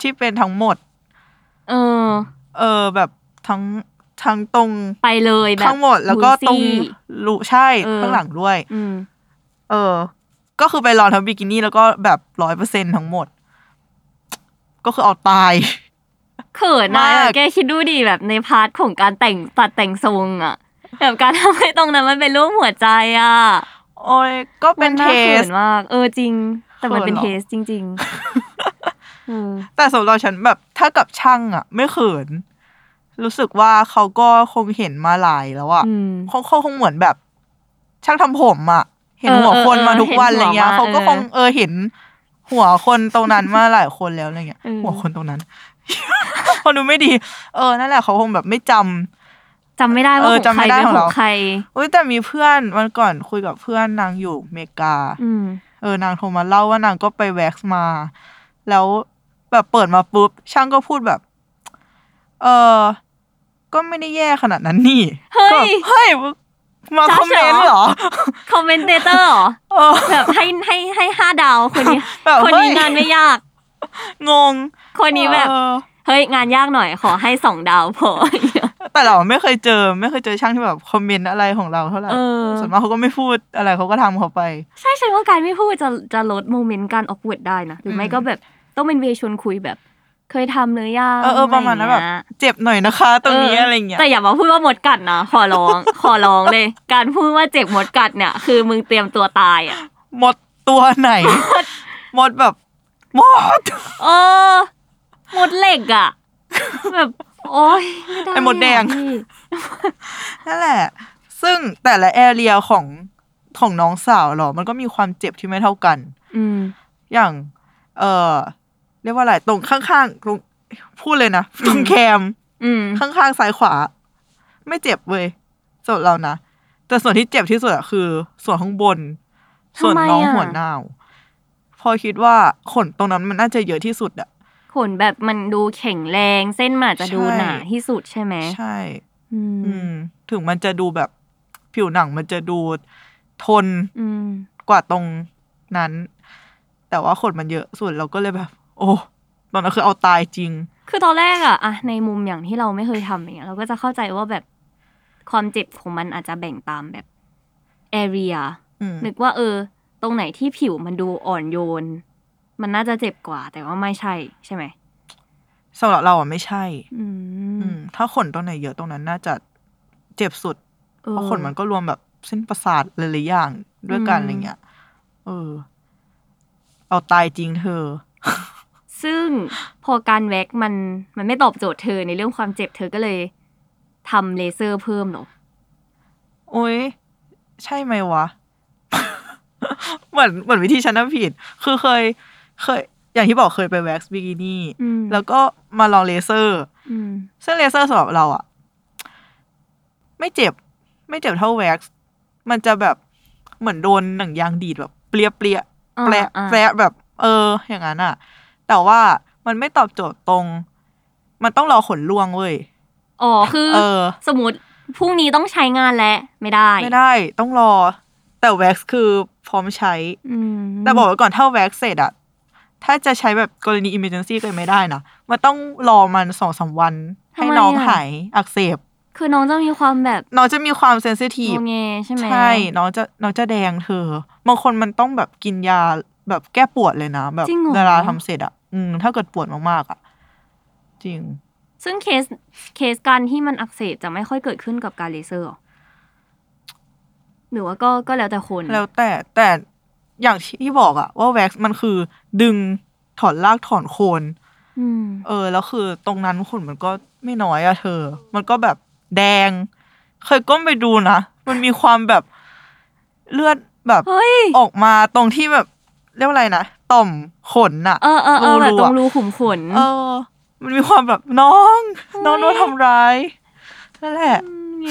Speaker 3: ที่เป็นทั้งหมด
Speaker 2: เออ
Speaker 3: เออแบบทั้งทั้งตรง
Speaker 2: ไปเลยแบบ
Speaker 3: ข้างหมดแล้วก็ตรง
Speaker 2: ซี่
Speaker 3: รูใช่
Speaker 2: เออ
Speaker 3: ข้างหลังด้วย
Speaker 2: อืม
Speaker 3: เออ ก็คือไปลองทำบิกินี่แล้วก็แบบร้อยเปอร์เซ็นทั้งหมด ก็คือเอาตาย
Speaker 2: เขินนะ
Speaker 3: มาก
Speaker 2: แกคิดดูดิแบบในพาร์ทของการแต่งตัดแต่งทรงอะแบบการทำให้ตรงนั้นมันเป็นรูปหัวใจอะ
Speaker 3: โอ้ยก็เป็น
Speaker 2: มั
Speaker 3: เท
Speaker 2: น่า
Speaker 3: ส
Speaker 2: เขินมาก เออจริง แต่มันเป็น
Speaker 3: เขิ
Speaker 2: เท
Speaker 3: นเหรอ
Speaker 2: สจริงๆเออ
Speaker 3: แต่สำหรับฉันแบบถ้ากับช่างอ่ะ ไม่เขิน รู้สึกว่าเขาก็คงเห็นมาหลายแล้วอ่ะ
Speaker 2: อืม
Speaker 3: เขาเขาคงเหมือนแบบ ช่างทำผมอ่ะ เห็น
Speaker 2: เออ
Speaker 3: หัวคน
Speaker 2: เออ
Speaker 3: มาทุกวัน
Speaker 2: เห็
Speaker 3: อะ
Speaker 2: น
Speaker 3: ไรเงี้ย
Speaker 2: หัวมา
Speaker 3: เขาก็
Speaker 2: เออ
Speaker 3: คงเออเห็น หัวคนตรงนั้นมาหลายคนแล้วอะไรเงี้ย
Speaker 2: เออ
Speaker 3: หัวคนตรงนั้น คนดูไม่ดี เออนั่นแหละเขาคงแบบไม่จำ
Speaker 2: จำไม่ได้ว่า
Speaker 3: เออ
Speaker 2: ของ
Speaker 3: จำ
Speaker 2: ใค
Speaker 3: ไม่
Speaker 2: ร
Speaker 3: ได้ข
Speaker 2: เป็น
Speaker 3: อง
Speaker 2: ขอ
Speaker 3: เรา
Speaker 2: งใคร
Speaker 3: อุ้ยแต่มีเพื่อนวันก่อนคุยกับเพื่อนนางอยู่อเมริกา
Speaker 2: อืม
Speaker 3: เออนางโทรมาเล่าว่านางก็ไปแว็กซ์มา แล้วแบบเปิดมาปุ๊บ ช่างก็พูดแบบ เออก็ไม่ได้แย่ขนาดนั้นนี่ก็แบ
Speaker 2: เฮ้ย
Speaker 3: บเฮ้ยมา
Speaker 2: จ๊ะ
Speaker 3: คอมเมนต์
Speaker 2: เห
Speaker 3: เห
Speaker 2: ร
Speaker 3: ร
Speaker 2: อ
Speaker 3: อ
Speaker 2: คอมเมนเตเตอร์เหรอ
Speaker 3: เออ
Speaker 2: แบบให้ให้ให้ห้าดาวคนนี้
Speaker 3: แบบ
Speaker 2: คนนี้
Speaker 3: เฮ้ย
Speaker 2: งานไม่ยาก
Speaker 3: งง
Speaker 2: คนนี้แบบ
Speaker 3: เออ
Speaker 2: เฮ้ยงานยากหน่อยขอให้สองดาวพอ
Speaker 3: แต่เราไม่เคยเจอ ไม่เคยเจอช่างที่แบบคอมเมนต์อะไรของเราเท่าไหร่
Speaker 2: เออ
Speaker 3: ส่วนมากเขาก็ไม่พูดอะไรเขาก็ทำเขาไป
Speaker 2: ใช่ฉันว่าการไม่พูดจะจะลดโมเมนต์การออกวดได้นะ หรือไม่
Speaker 3: อืม
Speaker 2: ก็แบบต้องเป็นเวย์ชวนคุยแบบ เคยทำหรือยัง
Speaker 3: เออเออประมาณนั้นแบบ
Speaker 2: อไอย่งเงี้ย
Speaker 3: เจ็บหน่อยนะคะ ตรงนี้อะไรเงี้ย
Speaker 2: แต่อย่ามาพูดว่ามดกัดนะข อร้อง ขอร้องเลย การพูดว่าเจ็บมดกัดเนี่ย คือมึงเตรียมตัวตายอ่ะ
Speaker 3: หมดตัว ไหนหมดแบบหมด
Speaker 2: เออมดเหล็กอ่ะ แบบ โอ๊ยไม่ได้
Speaker 3: ไอ้มดแดง
Speaker 2: อะพี่
Speaker 3: นั่นแหละ ซึ่งแต่ละแอเรียของของน้องสาวเหรอ มันก็มีความเจ็บที่ไม่เท่ากัน
Speaker 2: อืม
Speaker 3: อย่าง เออเรียกว่าอะไร ตรงข้างๆตรงพูดเลยนะ ตรงแคม
Speaker 2: อืม
Speaker 3: ข้างๆซ้ายขวา ไม่เจ็บเว้ยส่วนเรานะ แต่ส่วนที่เจ็บที่สุดอะคือ ส่วนข้างบน
Speaker 2: ทำไม
Speaker 3: ส่วน
Speaker 2: อะ
Speaker 3: น้องหัวหนาว พอคิดว่าขนตรงนั้นมันน่าจะเยอะที่สุดอะ
Speaker 2: ขนแบบมันดูแข็งแรง เส้นมันอาจจะดู
Speaker 3: ใช่
Speaker 2: หนาที่สุดใช่ไหม
Speaker 3: ใช่
Speaker 2: อืม
Speaker 3: อืม ถึงมันจะดูแบบผิวหนังมันจะดูทน
Speaker 2: อืม
Speaker 3: กว่าตรงนั้น แต่ว่าขนมันเยอะส่วนเราก็เลยแบบ โอ้ตอนนั้นคือเอาตายจริง
Speaker 2: คือตอนแรกอะอะในมุมอย่างที่เราไม่เคยทำอย่างเงี้ยเราก็จะเข้าใจว่าแบบความเจ็บของมันอาจจะแบ่งตามแบบแอเรีย
Speaker 3: อืม
Speaker 2: นึกว่าเออ ตรงไหนที่ผิวมันดูอ่อนโยน มันน่าจะเจ็บกว่า แต่ว่าไม่ใช่ใช่ไหม
Speaker 3: สำหรับเราอ่ะไม่ใช่
Speaker 2: อื
Speaker 3: อื
Speaker 2: ม
Speaker 3: ม ถ้าขนตรงไหนเยอะตรงนั้นน่าจะเจ็บสุด
Speaker 2: เอ
Speaker 3: เพ
Speaker 2: อ
Speaker 3: ราะขนมันก็รวมแบบเส้นประสาทหลายๆอย่างด้วยกัน
Speaker 2: อืม
Speaker 3: อะไรเงี้ยเออ เอาตายจริงเธอ
Speaker 2: ซึ่งพอการแว็กมันมันไม่ตอบโจทย์เธอในเรื่องความเจ็บเธอก็เลยทำเลเซอร์เพิ่มเหรอ
Speaker 3: โอ้ยใช่ไหมวะ เหมือนเหมือนวิธีฉันน่ะผิด คือเคย เคย อย่างที่บอกเคยไปแว็กซ์บิกินี่
Speaker 2: อืม
Speaker 3: แล้วก็มาลองเลเซอร์
Speaker 2: อืม
Speaker 3: ซึ่งเลเซอร์สำหรับเราอะไม่เจ็บ ไม่เจ็บเท่าแว็กซ์มันจะแบบเหมือนโดนหนังยางดีดแบบเปรี้ยเปรี้ยๆแปร
Speaker 2: อ่าๆ
Speaker 3: แปรแบบ เออ อย่างนั้นอะแต่ว่ามันไม่ตอบโจทย์ตรง มันต้องรอขนล่วงเว้ย
Speaker 2: อ๋อคือ
Speaker 3: เออ
Speaker 2: สมมติพรุ่งนี้ต้องใช้งานแล้วไม่ได้
Speaker 3: ไม่ได้ ต้องรอ แต่แว็กซ์คือพร้อมใช้
Speaker 2: อืม
Speaker 3: แต่บอกไว้ก่อนถ้าแว็กซ์เสร็จอะถ้าจะใช้แบบกรณีอิมเมอร์เจนซี่ก็ไม่ได้นะมันต้องรอมันสองสามวัน ให้
Speaker 2: ทำไม
Speaker 3: น้อง
Speaker 2: อะ
Speaker 3: หายอักเสบ
Speaker 2: คือน้องจะมีความแบบ
Speaker 3: น้องจะมีความเซนซิทีฟ
Speaker 2: งอแงใช่ไหม
Speaker 3: ใช่ น้องจะ น้องจะแดงเธอ บางคนมันต้องแบบกินยาแบบแก้ปวดเลยนะ แบบ
Speaker 2: จริงเหรอ
Speaker 3: เวลาทำเสร็จอ่ะ อืม ถ้าเกิดปวดมากๆอ่ะ จริง
Speaker 2: ซึ่งเคสเคสการที่มันอักเสบจะไม่ค่อยเกิดขึ้นกับการเลเซอร์หรอหรือว่าก็ก็แล้วแต่คน
Speaker 3: แล้วแต่ แต่อย่างที่บอกอ่ะ ว่าแว็กซ์มันคือดึงถอนรากถอนโคน
Speaker 2: อืม
Speaker 3: เออ แล้วคือตรงนั้นขนมันก็ไม่น้อยอะเธอ มันก็แบบแดง เคยก้มไปดูนะ มันมีความแบบเลือดแบบ
Speaker 2: เฮ้ย
Speaker 3: ออกมาตรงที่แบบเรียกว่าอะไรนะ ต่อมขนอ่ะ
Speaker 2: เออเออเออแบบต
Speaker 3: รู
Speaker 2: ร
Speaker 3: อะ
Speaker 2: งรูขุมขน
Speaker 3: เออ มันมีความแบบน้อง น้องโดนทำร้าย นั่นแหละ
Speaker 2: ไง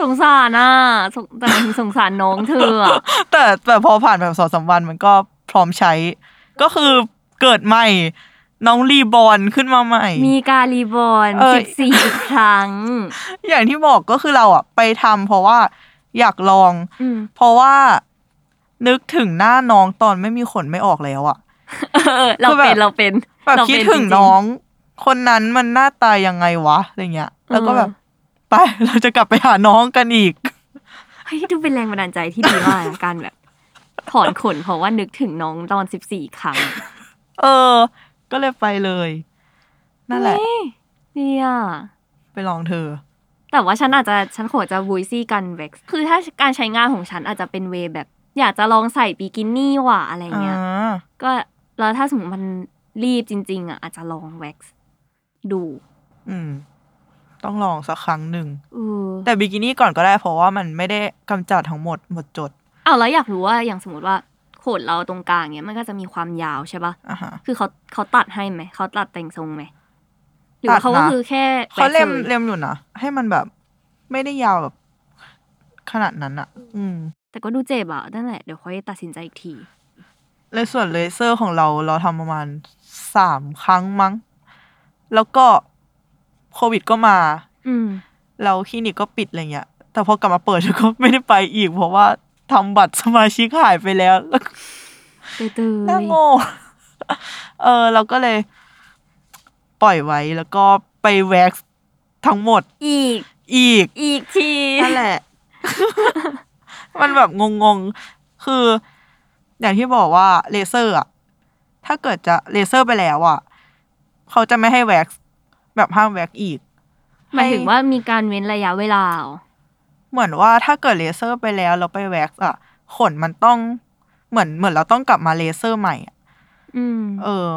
Speaker 2: สงสารอ่ะสงแต่หมายถึง สงสารน้องเธออะ
Speaker 3: แต่แต่พอผ่านแบบสองสามวันมันก็พร้อมใช้ ก็คือเกิดใหม่ น้องรีบอร์นขึ้นมาใหม่
Speaker 2: มีการรีบอร์น
Speaker 3: เอ้
Speaker 2: สิ
Speaker 3: ย
Speaker 2: บสี่ครั้ง
Speaker 3: อย่างที่บอกก็คือเราอะไปทำเพราะว่าอยากลอง
Speaker 2: อืม
Speaker 3: เพราะว่านึกถึงหน้าน้องตอนไม่มีขนไม่ออกแล้วอะ
Speaker 2: เออเรา
Speaker 3: คือแบ
Speaker 2: เป็
Speaker 3: บ
Speaker 2: นเราเป็น
Speaker 3: แบบ
Speaker 2: เรา
Speaker 3: คิด
Speaker 2: เป็น
Speaker 3: ถึง
Speaker 2: จริๆ
Speaker 3: น้อง คนนั้นมันหน้าตายยังไงวะอะไรเงี้ย แล้วก็แบบไปเราจะกลับไปหาน้องกันอีก
Speaker 2: เฮ้ยดูเป็นแรงบันดาลใจที่ดีมากนะ การแบบถอนขนเพราะว่านึกถึงน้องตอนสิบสี่ครั้ง
Speaker 3: เออ ก็เลยไปเลย นั่นแหละ
Speaker 2: เฮ้ยเนี่ย
Speaker 3: ไปลองเธอ
Speaker 2: แต่ว่าฉันอาจจะฉันขอจะวุยซี่กันเว็กซ์คือถ้าการใช้งานของฉันอาจจะเป็นเวย์แบบ อยากจะลองใส่บิกินี่ว่ะอะไร
Speaker 3: อ่
Speaker 2: เงี้ย
Speaker 3: า
Speaker 2: ก็แล้วถ้าสมมติมันรีบจริง ๆ อ่ะ อาจจะลองเว็กซ์ดู
Speaker 3: อืม ต้องลองสักครั้งหนึ่ง
Speaker 2: เออ
Speaker 3: แต่บิกินี่ก่อนก็ได้เพราะว่ามันไม่ได้กำจัดทั้งหมดหมดจด
Speaker 2: เอาแล้วอยากรู้ว่าอย่างสมมติว่าขนเราตรงกลางเนี้ยมันก็จะมีความยาวใช่ปะ
Speaker 3: อ่ะฮะ
Speaker 2: คือเขาเขาตัดให้ไหมเขาตัดแต่งทรงไหมหรือว่าเขา
Speaker 3: ตั
Speaker 2: ก็
Speaker 3: ดนะ
Speaker 2: คือแค่
Speaker 3: เขาเล็ม
Speaker 2: แว็กซ์ลย
Speaker 3: เล็มอยู่นะให้มันแบบ ไม่ได้ยาวแบบ ขนาดนั้นอะอืม
Speaker 2: แต่ก็ดูเจ็บอ่ะนั่นแหละ เดี๋ยวค่อยตัดสินใจอีกที
Speaker 3: เลยส่วนเลเซอร์ของเราเราทำประมาณสามครั้งมั้ง แล้วก็โควิดก็มา
Speaker 2: อืม
Speaker 3: เราคลินิกก็ปิดอะไรเงี้ย แต่พอกลับมาเปิด ฉันก็ไม่ได้ไปอีก เพราะว่าทำบัตรสมาชิกหายไปแล้ว แล้วก็
Speaker 2: เตยตื่
Speaker 3: น่าโง่ เออ เราก็เลย ปล่อยไว้แล้วก็ไปแว็กซ์ทั้งหมด
Speaker 2: อีก
Speaker 3: อีก
Speaker 2: อีกที
Speaker 3: นั่นแหละ มันแบบงงๆ คือ อย่างที่บอกว่าเลเซอร์อะถ้าเกิดจะเลเซอร์ไปแล้วอะเขาจะไม่ให้แว็กซ์แบบห้ามแว็กซ์อีก
Speaker 2: หมายถึงว่ามีการเว้นระยะเวลาเหรอ
Speaker 3: เหมือนว่าถ้าเกิดเลเซอร์ไปแล้วเราไปแว็กซ์อะขนมันต้องเหมือนเหมือนเราต้องกลับมาเลเซอร์ใหม่อะ
Speaker 2: อืม
Speaker 3: เออ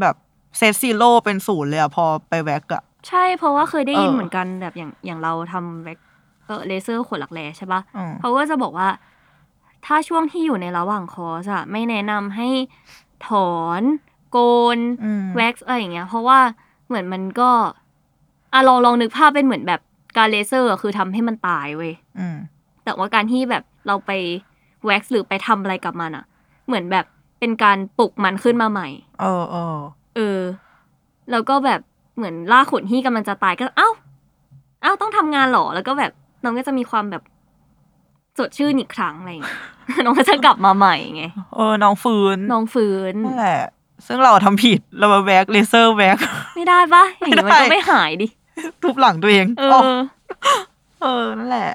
Speaker 3: แบบเซตซีโร่เป็นศูนย์เลยอะพอไปแว็กซ์อะ
Speaker 2: ใช่เพราะว่าเคยได้ยิน
Speaker 3: เออ
Speaker 2: เหมือนกันแบบอย่างอย่างเราทำแว็กเออเลเซอร์ขนหลักแร้ใช่ปะ
Speaker 3: อืม
Speaker 2: เขาก็จะบอกว่า ถ้าช่วงที่อยู่ในระหว่างคอร์สอะไม่แนะนำให้ถอน โกน
Speaker 3: อืม
Speaker 2: แว็กซ์อะไรอย่างเงี้ย เพราะว่าเหมือนมันก็อะลองลองนึกภาพเป็นเหมือนแบบการเลเซอร์อะคือทำให้มันตายเว้ย
Speaker 3: อืม
Speaker 2: แต่ว่าการที่แบบเราไปแว็กซ์หรือไปทำอะไรกับมันอะเหมือนแบบเป็นการปลุกมันขึ้นมาใหม่
Speaker 3: เออเออ
Speaker 2: เออ แล้วก็แบบเหมือนล่ากขนที่กำลังจะตายก็เอ้า เอ้าต้องทำงานเหรอ แล้วก็แบบน้องก็จะมีความแบบสดชื่นอีกครั้งอะไร อย่างเงี้ย น้องก็จะกลับมาใหม่ไง
Speaker 3: เออ น้องฟื้น
Speaker 2: น้องฟื้น
Speaker 3: นั่นแหละ ซึ่งเราทำผิดเรามาแว็กซ์เลเซอร์แว็กซ์
Speaker 2: ไม่ได้ปะอย่างนี้
Speaker 3: ไม่
Speaker 2: มัน
Speaker 3: ได้
Speaker 2: ก็ไม่หายดิ
Speaker 3: ทุบหลังตัวเอง
Speaker 2: เอ
Speaker 3: อ
Speaker 2: อ
Speaker 3: เออ นั่นแหละ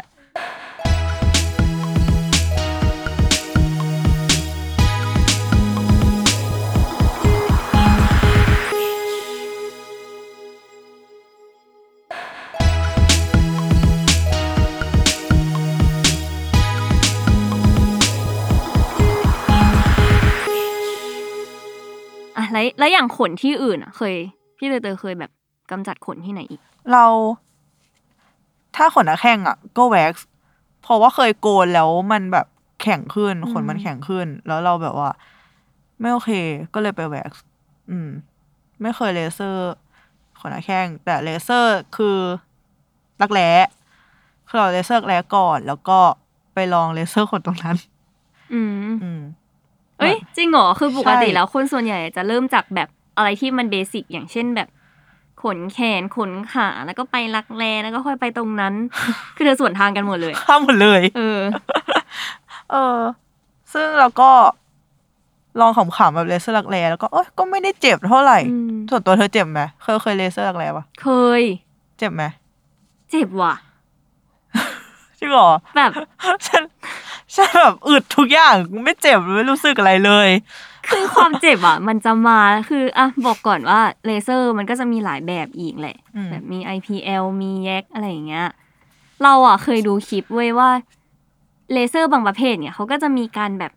Speaker 2: อะแล้วแล้วอย่างขนที่อื่นอะเคย พี่เตยเตยเคยแบบกำจัดขนที่ไหนอีก
Speaker 3: เรา ถ้าขนหน้าแข้งอ่ะ ก็แว็กซ์เพราะว่าเคยโกนแล้วมันแบบแข็งขึ้น
Speaker 2: อืม
Speaker 3: ขนมันแข็งขึ้น แล้วเราแบบว่า ไม่โอเค ก็เลยไปแว็กซ์อืม ไม่เคยเลเซอร์ ขนหน้าแข้ง แต่เลเซอร์คือรักแร้คือเราเลเซอร์รักแร้ก่อน แล้วก็ไปลองเลเซอร์ขนตรงนั้น
Speaker 2: อืม
Speaker 3: อืม
Speaker 2: เอ้ยจริงเหรอคือปกติ
Speaker 3: ใช่
Speaker 2: แล้วคนส่วนใหญ่จะเริ่มจากแบบอะไรที่มันเบสิกอย่างเช่นแบบ ขนแขนขนขาแล้วก็ไปรักแร้แล้วก็ค่อยไปตรงนั้น คือเธอส่วนทางกันหมดเลยอะ
Speaker 3: ข้ามหมดเลย
Speaker 2: เออ
Speaker 3: เออ ซึ่งเราก็ลองขำๆแบบเลเซอร์รักแร้แล้วก็เอ้ยก็ไม่ได้เจ็บเท่าไหร่
Speaker 2: อืม
Speaker 3: ส่วนตัวเธอเจ็บไหมเคยเคยเลเซอร์รักแร้ปะ
Speaker 2: เคย
Speaker 3: เจ็บไหม
Speaker 2: เจ็บว่ะ
Speaker 3: จริงเหรอ
Speaker 2: แบบ
Speaker 3: ฉันฉันแบบอึดทุกอย่างไม่เจ็บไม่รู้สึกอะไรเลย
Speaker 2: คือความเจ็บอ่ะ มันจะมาคืออ่ะบอกก่อนว่าเลเซอร์มันก็จะมีหลายแบบอีกแหละ
Speaker 3: อืม
Speaker 2: แบบมี IPL มีแยกอะไรอย่างเงี้ยเราอ่ะเคยดูคลิปเว้ยว่าเลเซอร์บางประเภทเนี่ยเขาก็จะมีการแบบ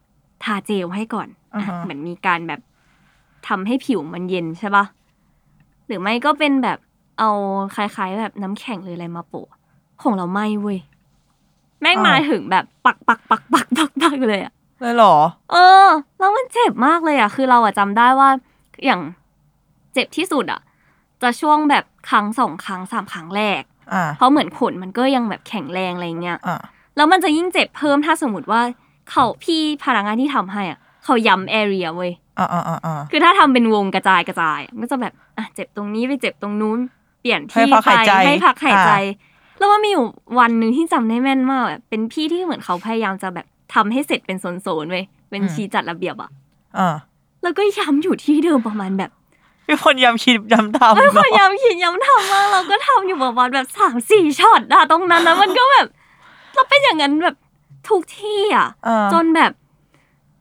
Speaker 2: ทาเจลให้ก่อน
Speaker 3: อ่าฮะ
Speaker 2: เหมือนมีการแบบทำให้ผิวมันเย็นใช่ปะหรือไม่ก็เป็นแบบเอาคล้ายๆ แบบน้ำแข็งหรืออะไรมาโปะของเราไม่เว้ย แม่ง
Speaker 3: อ้าว
Speaker 2: มาถึงแบบปักปักปักปักปักปักเลยอะ
Speaker 3: เลยเหรอ
Speaker 2: เออ แล้วมันเจ็บมากเลยอะคือเราอะจำได้ว่าอย่างเจ็บที่สุดอะจะช่วงแบบครั้งสองครั้งสามครั้งแรก
Speaker 3: อ่า
Speaker 2: เพราะเหมือนขนมันก็ยังแบบแข็งแรงอะไรเงี้ย
Speaker 3: อ่า
Speaker 2: แล้วมันจะยิ่งเจ็บเพิ่มถ้าสมมติว่าเขาพี่พนักงานที่ทำให้อ่ะเขาย้ำแอเรียเว้ย
Speaker 3: อ่าอ่าอ่า
Speaker 2: คือถ้าทำเป็นวงกระจายกระจายมันก็จะแบบอ่ะเจ็บตรงนี้ไปเจ็บตรงนู้น เปลี่ยนที่ไปให้พักหายใจ แล้วว่ามีอยู่วันหนึ่งที่จำได้แม่นมากแบบเป็นพี่ที่เหมือนเขาพยายามจะแบบทำให้เสร็จเป็นโซนๆเว้ยเป็นชี้จัดระเบียบอะ
Speaker 3: อ่า
Speaker 2: แล้วก็ย้ำอยู่ที่เดิมประมาณแบบ
Speaker 3: มีคนย้ำคิดย้ำทำ
Speaker 2: ไม่
Speaker 3: เน
Speaker 2: พ
Speaker 3: อะ
Speaker 2: ยายามขีดย้ำทำมากเราก็ทำอยู่ประมาณแบบสามสี่ช็อตอะตรงนั้นนะมันก็แบบเราเป็นอย่างนั้นแบบทุกที่อะ
Speaker 3: อ่า
Speaker 2: จนแบบ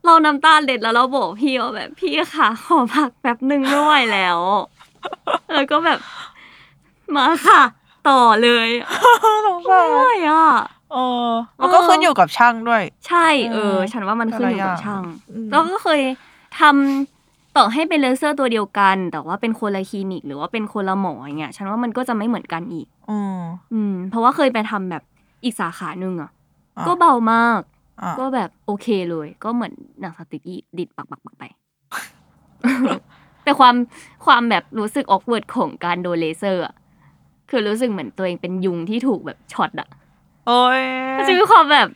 Speaker 2: เราน้ำตาเล็ดแล้วเราบอกพี่ว่าแบบพี่ค่ะขอพักแป๊บหนึ่งไม่ไหวแล้ว แล้วก็แบบมาค่ะ ต่อ เลย
Speaker 3: สงสา
Speaker 2: ไม่ไห
Speaker 3: ร
Speaker 2: วอ่ะ
Speaker 3: เออมันก็ขึ้นอยู่กับช่างด้วย
Speaker 2: ใช่เออ
Speaker 3: เออ
Speaker 2: ฉันว่ามันขึ้นอยู่กับช่าง
Speaker 3: อืม
Speaker 2: แล้วก็เคยทำต่อให้เป็นเลเซอร์ตัวเดียวกัน แต่ว่าเป็นคนละคลินิก หรือว่าเป็นคนละหมออย่างเงี้ยฉันว่ามันก็จะไม่เหมือนกันอีก
Speaker 3: อืม
Speaker 2: อืม เพราะว่าเคยไปทำแบบอีกสาขาหนึ่งอ่ะ
Speaker 3: อ่ะ
Speaker 2: ก็เบามาก
Speaker 3: อ่า
Speaker 2: ก็แบบโอเคเลย ก็เหมือนหนังสติกอีดิดปักปักปักไป แต่ความความแบบรู้สึกออกเวิร์ดของการโดนเลเซอร์อะคือรู้สึกเหมือนตัวเองเป็นยุงที่ถูกแบบช็อตอะ
Speaker 3: โอ้ย
Speaker 2: มันจะมีความแบบ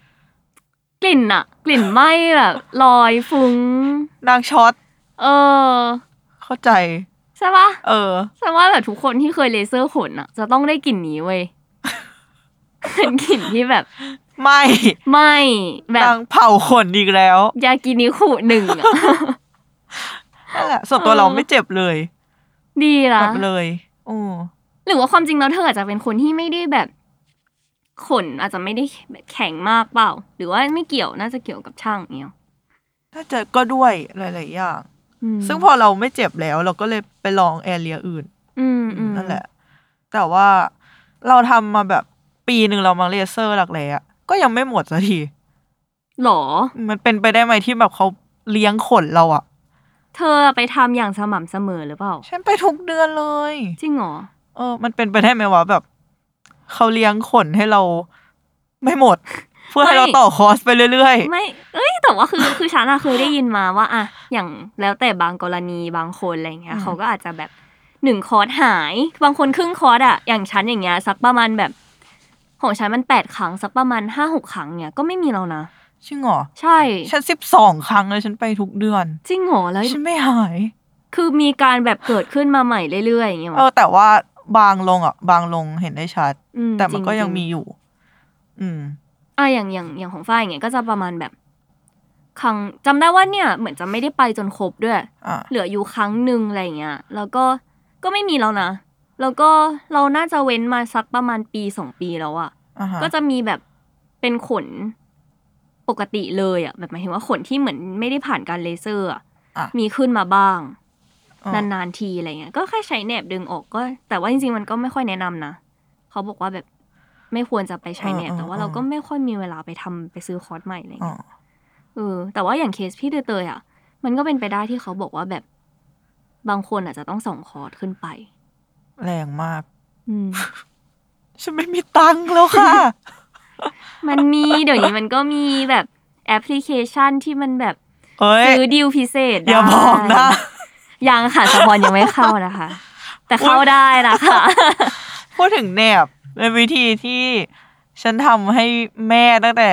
Speaker 2: กลิ่นอะกลิ่นไหม้แบบลอยฟุ้ง
Speaker 3: นางช็อต
Speaker 2: เออ
Speaker 3: เข้าใจ
Speaker 2: ใช่ปะ
Speaker 3: เออ
Speaker 2: ฉันว่าแบบทุกคนที่เคยเลเซอร์ขนอะจะต้องได้กลิ่นนี้เว้ย เป็นกลิ่นที่แบบ
Speaker 3: ไม่
Speaker 2: ไหม้แบบ
Speaker 3: นางเผาขนอีกแล้ว
Speaker 2: ยากินิคุหนึ่ง อะ
Speaker 3: นั่นแหละส่วนตัว
Speaker 2: เออ
Speaker 3: เราไม่เจ็บเลย
Speaker 2: ดีละ
Speaker 3: แบบเลยอือ
Speaker 2: หรือว่าความจริงแล้วเธออาจจะเป็นคนที่ไม่ได้แบบ ขนอาจจะไม่ได้แบบแข็งมากเปล่า หรือว่าไม่เกี่ยวน่าจะเกี่ยวกับช่างเนี้ย
Speaker 3: ถ้าเจอก็ด้วยหลายๆอย่าง
Speaker 2: อืม
Speaker 3: ซึ่งพอเราไม่เจ็บแล้ว เราก็เลยไปลองแอเรียอื่น
Speaker 2: อืมอืม
Speaker 3: นั่นแหละ แต่ว่าเราทำมาแบบปีหนึ่งเรามาเลเซอร์หลักแร้อะก็ยังไม่หมดสักที
Speaker 2: หรอ
Speaker 3: มันเป็นไปได้ไหมที่แบบเขาเลี้ยงขนเราอะ
Speaker 2: เธอไปทำอย่างสม่ำเสมอหรือเปล่า
Speaker 3: ฉันไปทุกเดือนเลย
Speaker 2: จริงเหรอ
Speaker 3: เออ มันเป็นไปได้ไหมวะแบบเขาเลี้ยงขนให้เราไม่หม ด เพื่อให้เราต่อคอร์สไปเรื่อย
Speaker 2: ไม่ เอ้ย แต่ว่า คือ คือฉันอะเคยได้ยินมาว่าอะอย่างแล้วแต่บางกรณีบางคนอะไรเงี้ย
Speaker 3: อืม
Speaker 2: เขาก็อาจจะแบบหนึ่งคอร์สหาย บางคนครึ่งคอร์สอะอย่างฉันอย่างเงี้ยสักประมาณแบบ ของฉันมันแปดครั้งสักประมาณห้าหกครั้งเนี่ยก็ไม่มีแล้วนะ
Speaker 3: ๆจริงเหรอ
Speaker 2: ใช่
Speaker 3: ฉันสิบสองครั้งเลยฉันไปทุกเดือน
Speaker 2: จริงเหรอแล้ว
Speaker 3: ฉันไม่หาย
Speaker 2: คือมีการแบบเกิดขึ้นมาใหม่เรื่อยๆอย่างเงี้ยหร
Speaker 3: เออ แต่ว่าบางลงอ่ะ บางลงเห็นได้ชัด
Speaker 2: ม
Speaker 3: แต่มันก็
Speaker 2: จริๆ
Speaker 3: ยังมีอยู่ อืม
Speaker 2: อ่ะอย่างอย่างอย่างของฝ้ายอย่างเงี้ยก็จะประมาณแบบครั้งจำได้ว่าเนี่ย เหมือนจะไม่ได้ไปจนครบด้วย
Speaker 3: อ่ะ
Speaker 2: เหลืออยู่ครั้งหนึ่งอะไรอย่างเงี้ย แล้วก็ก็ไม่มีแล้วนะ แล้วก็เราน่าจะเว้นมาสักประมาณปีสองปีแล้วอะ
Speaker 3: อ่าฮะ
Speaker 2: ก็จะมีแบบเป็นขนปกติเลยอะแบบหมายถึงว่าขนที่เหมือนไม่ได้ผ่านการเลเซอร์อะ
Speaker 3: อ่ะ
Speaker 2: มีขึ้นมาบ้าง
Speaker 3: อ่ะ
Speaker 2: นานๆทีอะไรเงี้ย ก็แค่ใช้แหนบดึงออกก็ แต่ว่าจริงๆมันก็ไม่ค่อยแนะนำนะเขาบอกว่าแบบไม่ควรจะไปใช้แหนบแต่ว่าเราก็ไม่ค่อยมีเวลาไปทำไปซื้อคอร์สใหม่อะไรเงี้
Speaker 3: อ๋
Speaker 2: ย
Speaker 3: อ
Speaker 2: เออแต่ว่าอย่างเคสพี่เตยๆอ่ะ มันก็เป็นไปได้ที่เขาบอกว่าแบบบางคนอาจจะต้องส่งคอร์สขึ้นไป
Speaker 3: แรงมาก
Speaker 2: อืม
Speaker 3: ฉันไม่มีตังค์แล้วค่ะ
Speaker 2: มันมี เดี๋ยวนี้มันก็มีแบบแอปพลิเคชันที่มันแบบ
Speaker 3: เอ้ย
Speaker 2: ซื้อดีลพิเศษได้
Speaker 3: อย่าบอกนะ
Speaker 2: ยังค่ะสปอนยังไม่เข้านะคะ แต่เข้าได้นะคะ
Speaker 3: พูดถึงแหนบเป็นวิธีที่ฉันทำให้แม่ตั้งแต่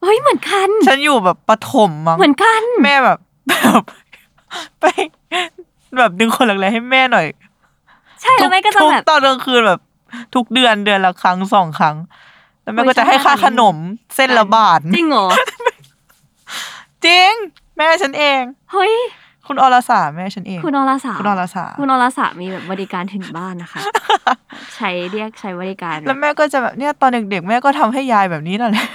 Speaker 2: เฮ้ยเหมือนกัน
Speaker 3: ฉันอยู่แบบประถมมั้ง
Speaker 2: เหมือนกัน
Speaker 3: แม่แบบแบบ ไปแบบดึงคนหลักแร้ให้แม่หน่อย
Speaker 2: ใช่แล้วแม่ก็จะ
Speaker 3: ทุ
Speaker 2: แบบ
Speaker 3: ตอนกลางคืนแบบ ทุกเดือนเดือนละครั้งสองครั้ง แล้วแม่
Speaker 2: โอ้ย
Speaker 3: ก็จะให้
Speaker 2: ชอบ
Speaker 3: ค่า
Speaker 2: แบบ
Speaker 3: ข
Speaker 2: นี้
Speaker 3: นมเส้นละบาท
Speaker 2: จริงเหรอ
Speaker 3: จริง แม่ฉันเอง
Speaker 2: เฮ้ย
Speaker 3: คุณอรสาแม่ฉันเอง
Speaker 2: คุณอรสา
Speaker 3: คุณอรสา
Speaker 2: คุณอรสามีแบบบริการถึงบ้าน นะคะ ใช้เรียกใช้บริการ
Speaker 3: แล้วแม่ก็จะแบบเนี่ยตอนเด็กๆแม่ก็ทำให้ยายแบบนี้นั่นแหละ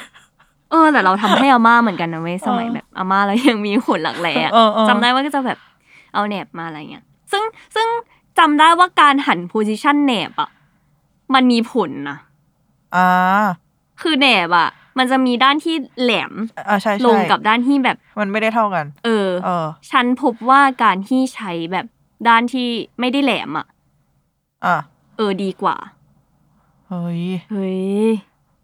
Speaker 2: เออแต่เราทำให้อาม่าเหมือนกันนะเว้ย สมัย
Speaker 3: เออ
Speaker 2: แบบอาม่าเรายังมีขนหลักแร้อะ
Speaker 3: เออเออ
Speaker 2: จำได้ว่าก็จะแบบเอาแหนบมาอะไรเงี้ยซึ่งซึ่งจำได้ว่าการหันโพซิชันแหนบอ่ะมันมีผลนะ
Speaker 3: อ่า
Speaker 2: คือแหนบอ่ะมันจะมีด้านที่แหลม
Speaker 3: อ่าใช่ใช่
Speaker 2: ลงกับด้านที่แบบ
Speaker 3: มันไม่ได้เท่ากัน
Speaker 2: เออ
Speaker 3: เออ
Speaker 2: ฉันพบว่าการที่ใช้แบบด้านที่ไม่ได้แหลมอ่ะ
Speaker 3: อ่ะ
Speaker 2: เออดีกว่า
Speaker 3: เฮ้ย
Speaker 2: เฮ้ย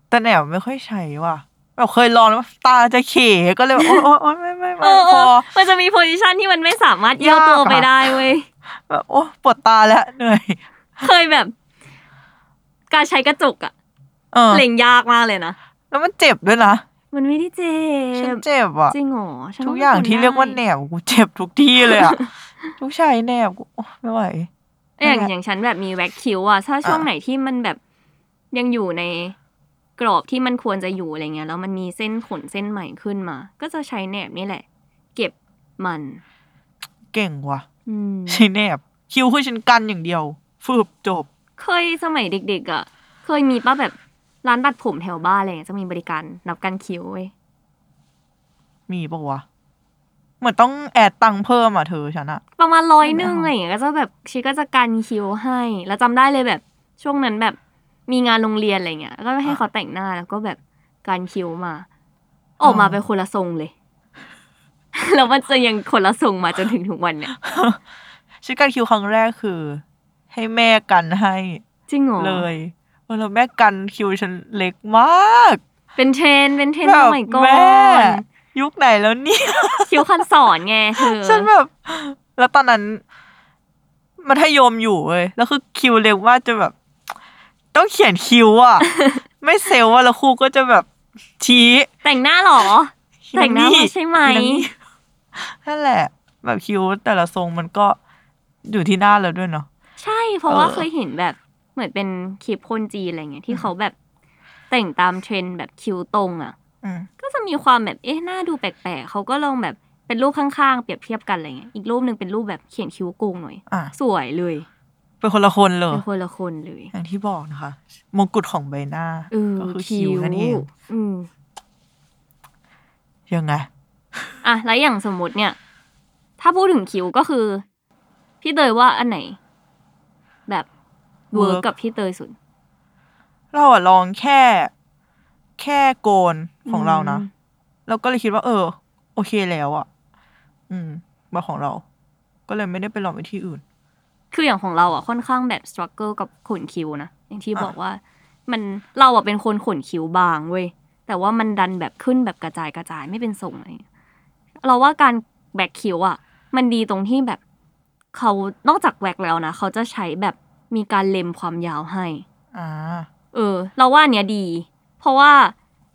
Speaker 3: แต่แหนบไม่ค่อยใช้ว่ะแบบเคยลองแล้วตาจะเขก็เลยแบบโอ๊ยโอ๊ยโอ๊ยไม่ไม่
Speaker 2: เอ
Speaker 3: ไม่
Speaker 2: อเอ
Speaker 3: พอ
Speaker 2: อมันจะมีโพซิชันที่มันไม่สามารถเอี้ยวตัว
Speaker 3: า
Speaker 2: ย
Speaker 3: กอะ
Speaker 2: ไปได้เว้ย
Speaker 3: แบบโอ้ปวดตาแล้วเหนื่อย
Speaker 2: เคยแบบ การใช้กระจกอะ
Speaker 3: เออ
Speaker 2: เล็งยากมากเลยนะ
Speaker 3: แล้วมันเจ็บด้วยนะ
Speaker 2: มันไม่ได้เจ็
Speaker 3: ฉัน
Speaker 2: บ
Speaker 3: เจ็บอ่ะ
Speaker 2: จริงเหรอฉัน
Speaker 3: ทุกอ
Speaker 2: ว่มัน
Speaker 3: ย่าง
Speaker 2: ทน
Speaker 3: ที่เรียกว่าแหน
Speaker 2: ได้
Speaker 3: บกูเจ็บทุกที่เลย อ่ะ ทุกชายแหนบกูโอ๊ยไม่ไหว
Speaker 2: อย่าง
Speaker 3: นั่นแหละ
Speaker 2: อย่างฉันแบบมีแว็กคิ้วอะถ้าช่วง
Speaker 3: อ่ะ
Speaker 2: ไหนที่มันแบบยังอยู่ในกรอบที่มันควรจะอยู่อะไรเงี้ยแล้วมันมีเส้นขนเส้นใหม่ขึ้นมา ก็จะใช้แหนบนี่แหละ เก็บมัน
Speaker 3: เก่งว่ะ
Speaker 2: อืม
Speaker 3: ใช้แหนบคิวคือฉันกันอย่างเดียวฟืบจบ
Speaker 2: เคยสมัยเด็กๆอ่ะ เคยมีป้าแบบร้านตัดผมแถวบ้านอะไรเงี้ยจะมีบริการนับกันคิ้วเว้ย
Speaker 3: มีปะวะ เหมือนต้องแอดตังค์เพิ่มอ่ะเธอฉันอ่ะ
Speaker 2: ประมาณร้อยหนึ่ง
Speaker 3: ไม่เอา
Speaker 2: อะไรเงี้ยก็จะแบบชีก็จะกันคิ้วให้ แล้วจำได้เลยแบบช่วงนั้นแบบมีงานโรงเรียนอะไรเงี้ยก็ให้เขาแต่งหน้าแล้วก็แบบการคิ้วมา ออกมาเป็นคนละทรง เลย แล้วมันจะยังคนละทรงมาจนถึงทุกวันเนี่ย
Speaker 3: ชื่อการคิวครั้งแรกคือ ให้แม่กันให้
Speaker 2: จริงเหรอ
Speaker 3: เลยเออแล้วแม่กันคิวฉันเล็กมาก
Speaker 2: เป็นเทรนด์เป็นเทรน
Speaker 3: แบ
Speaker 2: ส
Speaker 3: บ
Speaker 2: มัยก่อ
Speaker 3: แม่
Speaker 2: น
Speaker 3: ยุคไหนแล้วเนี่ย
Speaker 2: คิ้วคันสอนไงเธอ
Speaker 3: ฉันแบบ แล้วตอนนั้นมัธยมอยู่เว้ยแล้วคือคิวเล็กมากจะแบบ ต้องเขียนคิว อะไม่เซลว่าแล้วครูก็จะแบบชี้
Speaker 2: แต่งหน้าเหรอ แต่งหน้ามาใช่ไหม
Speaker 3: นางนี่ นั่นแหละ แบบคิวแต่ละทรงมันก็อยู่ที่หน้าแล้วด้วยเนาะ
Speaker 2: ใช่เพราะว่า
Speaker 3: เออ
Speaker 2: เคยเห็นแบบเหมือนเป็นคลิปคนจีนอะไรเงี้ยที่
Speaker 3: อืม
Speaker 2: เขาแบบแต่งตามเทรนด์แบบคิ้วตรงอ่ะ
Speaker 3: อืม
Speaker 2: ก็จะมีความแบบเอ๊ะหน้าดูแปลกๆเขาก็ลองแบบเป็นรูปข้างๆ เปรียบเทียบกันอะไรเงี้ยอีกรูปหนึ่งเป็นรูปแบบเขียนคิ้วโกงหน่อย
Speaker 3: อ่ะ
Speaker 2: สวยเลย
Speaker 3: เป็นคนละคนเลย
Speaker 2: เป็นคนละคนเลย
Speaker 3: อย่างที่บอกนะคะ มงกุฎของใบหน้า
Speaker 2: เออ
Speaker 3: ก็คือคิ้
Speaker 2: คิ้
Speaker 3: ว
Speaker 2: ว
Speaker 3: นั่นเอง
Speaker 2: อืม
Speaker 3: ยังไง
Speaker 2: อ่ะแล้วอย่างสมมติเนี่ย ถ้าพูดถึงคิ้วก็คือ พี่เตยว่าอันไหน แบบเวิร์ก
Speaker 3: work
Speaker 2: กับพี่เตยสุด
Speaker 3: เราอะลองแค่ แค่โกนของเรานะ
Speaker 2: ม
Speaker 3: เราก็เลยคิดว่า เออ โอเคแล้วอะอืมมาของเรา ก็เลยไม่ได้ไปลองวิธีอื่น
Speaker 2: คืออย่างของเราอ่ะค่อนข้างแบบสครัลเกิลกับขนคิ้วนะอย่างที่
Speaker 3: อ่ะ
Speaker 2: บอกว่า มันเราอ่ะเป็นคนขนคิ้วบางเว้ยแต่ว่ามันดันแบบขึ้นแบบกระจายกระจายไม่เป็นทรงอะไรอย่างเงี้ยเราว่าการแบกคิ้วอ่ะ มันดีตรงที่แบบเขานอกจากแวกแล้วนะเขาจะใช้แบบมีการเล็มความยาวให้
Speaker 3: อ่า
Speaker 2: เออ เราว่าอันเนี้ยดี เพราะว่า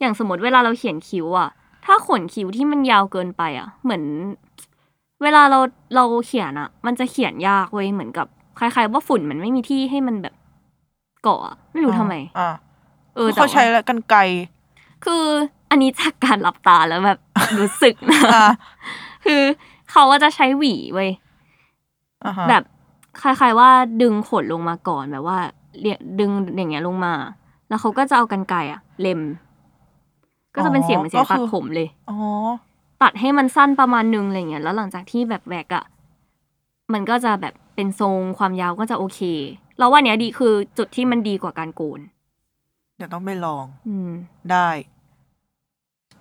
Speaker 2: อย่างสมมติเวลาเราเขียนคิ้วอะถ้าขนคิ้วที่มันยาวเกินไปอะเหมือน เวลาเราเราเขียนอะมันจะเขียนยากเว้ยเหมือนกับคล้ายๆว่าฝุ่นมันไม่มีที่ให้มันแบบเกาะอะไม่รู้ทำไม
Speaker 3: อ่า
Speaker 2: เออแต่
Speaker 3: เขาใช้
Speaker 2: ว่า
Speaker 3: แล้วกัน ไกล
Speaker 2: คืออันนี้จากการหลับตาแล้วแบบ รู้สึกนะ
Speaker 3: อ่า
Speaker 2: คือเขาว่าจะใช้หวีเว้ย
Speaker 3: อ่าฮะ
Speaker 2: แบบคล้ายๆว่าดึงขนลงมาก่อนแบบว่าเรียดึงอย่างเงี้ยลงมา แล้วเขาก็จะเอากันไกรอะเล็ม ก็จะเป็นเสียงเหมือนเสียงตัดผมเลย
Speaker 3: อ๋อ
Speaker 2: ตัดให้มันสั้นประมาณนึงอะไรเงี้ยแล้วหลังจากที่แบบแวกอะมันก็จะแบบเป็นทรงความยาวก็จะโอเค เราว่าเนี้ยดีคือจุดที่มันดีกว่าการโกน
Speaker 3: เดี๋ยวต้องไปลอง
Speaker 2: อืม
Speaker 3: ได้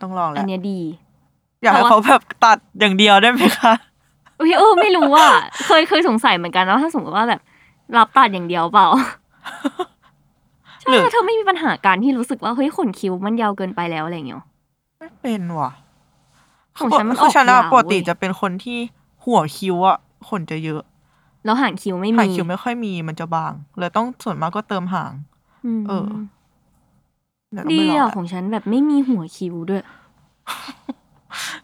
Speaker 3: ต้องลองแห
Speaker 2: อั
Speaker 3: ละ
Speaker 2: นเนี้ยดี
Speaker 3: อยากให้
Speaker 2: เพ
Speaker 3: เขา
Speaker 2: ราะว่า
Speaker 3: แบบตัดอย่างเดียวได้ไหมคะ
Speaker 2: เอยเออไม่รู้ว่า เคยเคยสงสัยเหมือนกันว่าถ้าสมมติว่าแบบรับตัดอย่างเดียว เปล่าใช่
Speaker 3: หรือ
Speaker 2: เธอไม่มีปัญหาการที่รู้สึกว่าเฮ้ยขนคิ้วมันยาวเกินไปแล้วอะไรเงี้ย
Speaker 3: ไม่เป็นว่ะ
Speaker 2: ของฉันมัน
Speaker 3: คือฉัน
Speaker 2: ออก
Speaker 3: อะ
Speaker 2: ยาว
Speaker 3: ปกติ
Speaker 2: เว้ย
Speaker 3: จะเป็นคนที่หัวคิ้วอะขนจะเยอะ
Speaker 2: แล้วหางคิ้วไม่มี
Speaker 3: หางคิ้วไม่ค่อยมีมันจะบางเลยต้องส่วนมากก็เติมหาง
Speaker 2: ม
Speaker 3: เออ เยวต้อง
Speaker 2: ดี
Speaker 3: ไปล
Speaker 2: อ่ะ
Speaker 3: ง
Speaker 2: ของฉันแบบไม่มีหัวคิ้วด้วย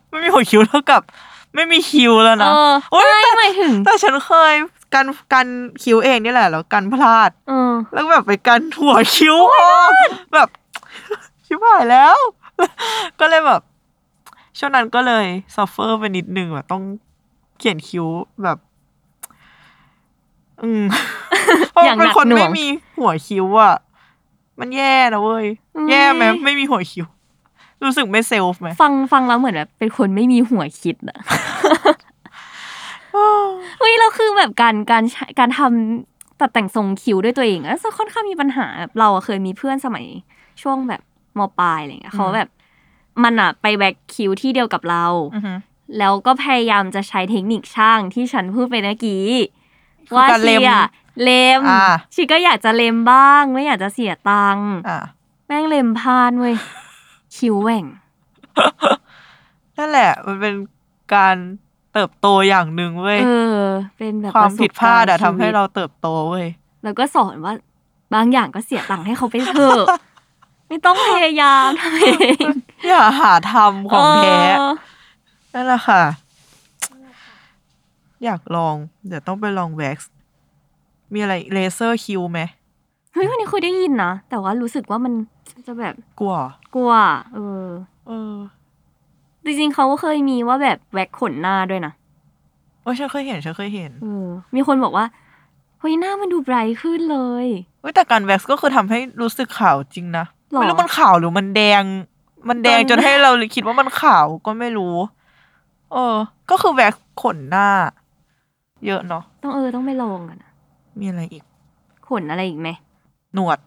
Speaker 3: ไม่มีหัวคิ้วเท่ากับ ไม่มีคิ้วแล้ว
Speaker 2: เอ
Speaker 3: นะ
Speaker 2: อ
Speaker 3: โอ๊ย
Speaker 2: ไม่หมายถึง
Speaker 3: แต่ฉันเคยกันกันคิ้วเองนี่แหละแล้วกันพลาด
Speaker 2: เออ
Speaker 3: แล้วแบบไปกันหัวคิ้วออกแบบ ชิบหายแล้ว ก็เลยแบบช่วงนั้นก็เลยซัฟเฟอร์ไปนิดนึงแบบต้องเขียนคิ้วแบบ อืมเพราะ
Speaker 2: อย่างหนั
Speaker 3: เป็น
Speaker 2: ก
Speaker 3: คน
Speaker 2: หน่ว
Speaker 3: ไม่
Speaker 2: ง
Speaker 3: มีหัวคิ้วอ่ะ มันแย่นะเว้ย
Speaker 2: อุ๊ย
Speaker 3: แย่ไหมไม่มีหัวคิ้ว รู้สึกไม่เซลฟ์ไหม
Speaker 2: ฟังฟังแล้วเหมือนแบบเป็นคนไม่มีหัวคิด อะเฮ้ยเราคือแบบการการใช้การทำตัดแต่งทรงคิ้วด้วยตัวเองแล้วจะค่อนข้างมีปัญหาแบบเราอะเคยมีเพื่อนสมัยช่วงแบบมปลายอะไรเงี้ยเขาแบบมันอะไปแบกคิ้วที่เดียวกับเรา
Speaker 3: อือฮึ
Speaker 2: แล้วก็พยายามจะใช้เทคนิคช่างที่ฉันพูดไปเมื่อกี้
Speaker 3: คือ
Speaker 2: ว่า
Speaker 3: การเล็ม
Speaker 2: ชีอะเล็ม
Speaker 3: อ่า
Speaker 2: ชีก็อยากจะเล็มบ้าง ไม่อยากจะเสียตังค์
Speaker 3: อ่ะ
Speaker 2: แม่งเล็มพลาดเว้ยคิ้วแหว่ง
Speaker 3: นั่นแหละ มันเป็นการเติบโตอย่างหนึ่งเว้ย
Speaker 2: เออ เป็นแบบ
Speaker 3: ความผิดพลาดอะ
Speaker 2: ปรสบกรณ์
Speaker 3: ทำให้เราเติบโตเว้ย
Speaker 2: แล้วก็สอนว่า ใบ บางอย่างก็เสียตังค์ให้เขาไปเถ อะ ไม่ต้องพยายามทำเอง
Speaker 3: อย่าหาทำ ของแท้
Speaker 2: เออ
Speaker 3: นั่นแหละค่ะ อยากลอง เดี๋ยวต้องไปลองแว็กซ์มีอะไรเลเซอร์คิวไหม
Speaker 2: เฮ้ยวันนี้เคยได้ยินนะ แต่ว่ารู้สึกว่ามันจะแบบ
Speaker 3: กลัวเหรอก
Speaker 2: ลัวเออ
Speaker 3: เออ
Speaker 2: จริงๆเขาก็เคยมีว่าแบบแว็กขนหน้าด้วยนะ
Speaker 3: เออฉันเคยเห็นฉันเคยเห็น
Speaker 2: เออ มีคนบอกว่าเฮ้ยหน้ามันดูไบรท์ขึ้นเลย
Speaker 3: เว้ยแต่การแว็กซ์ก็คือทำให้รู้สึกขาวจริงนะ
Speaker 2: หรอ
Speaker 3: ไม่รู้มันขาวหรือมันแดง มันแดง
Speaker 2: มัน
Speaker 3: จนให้เราคิดว่ามันขาวก็ไม่รู้ เออ ก็คือแว็กซ์ขนหน้า เยอะเนาะ
Speaker 2: ต้องเออต้องไปลองกันนะ
Speaker 3: มีอะไรอีก
Speaker 2: ขนอะไรอีกไหม
Speaker 3: หนวด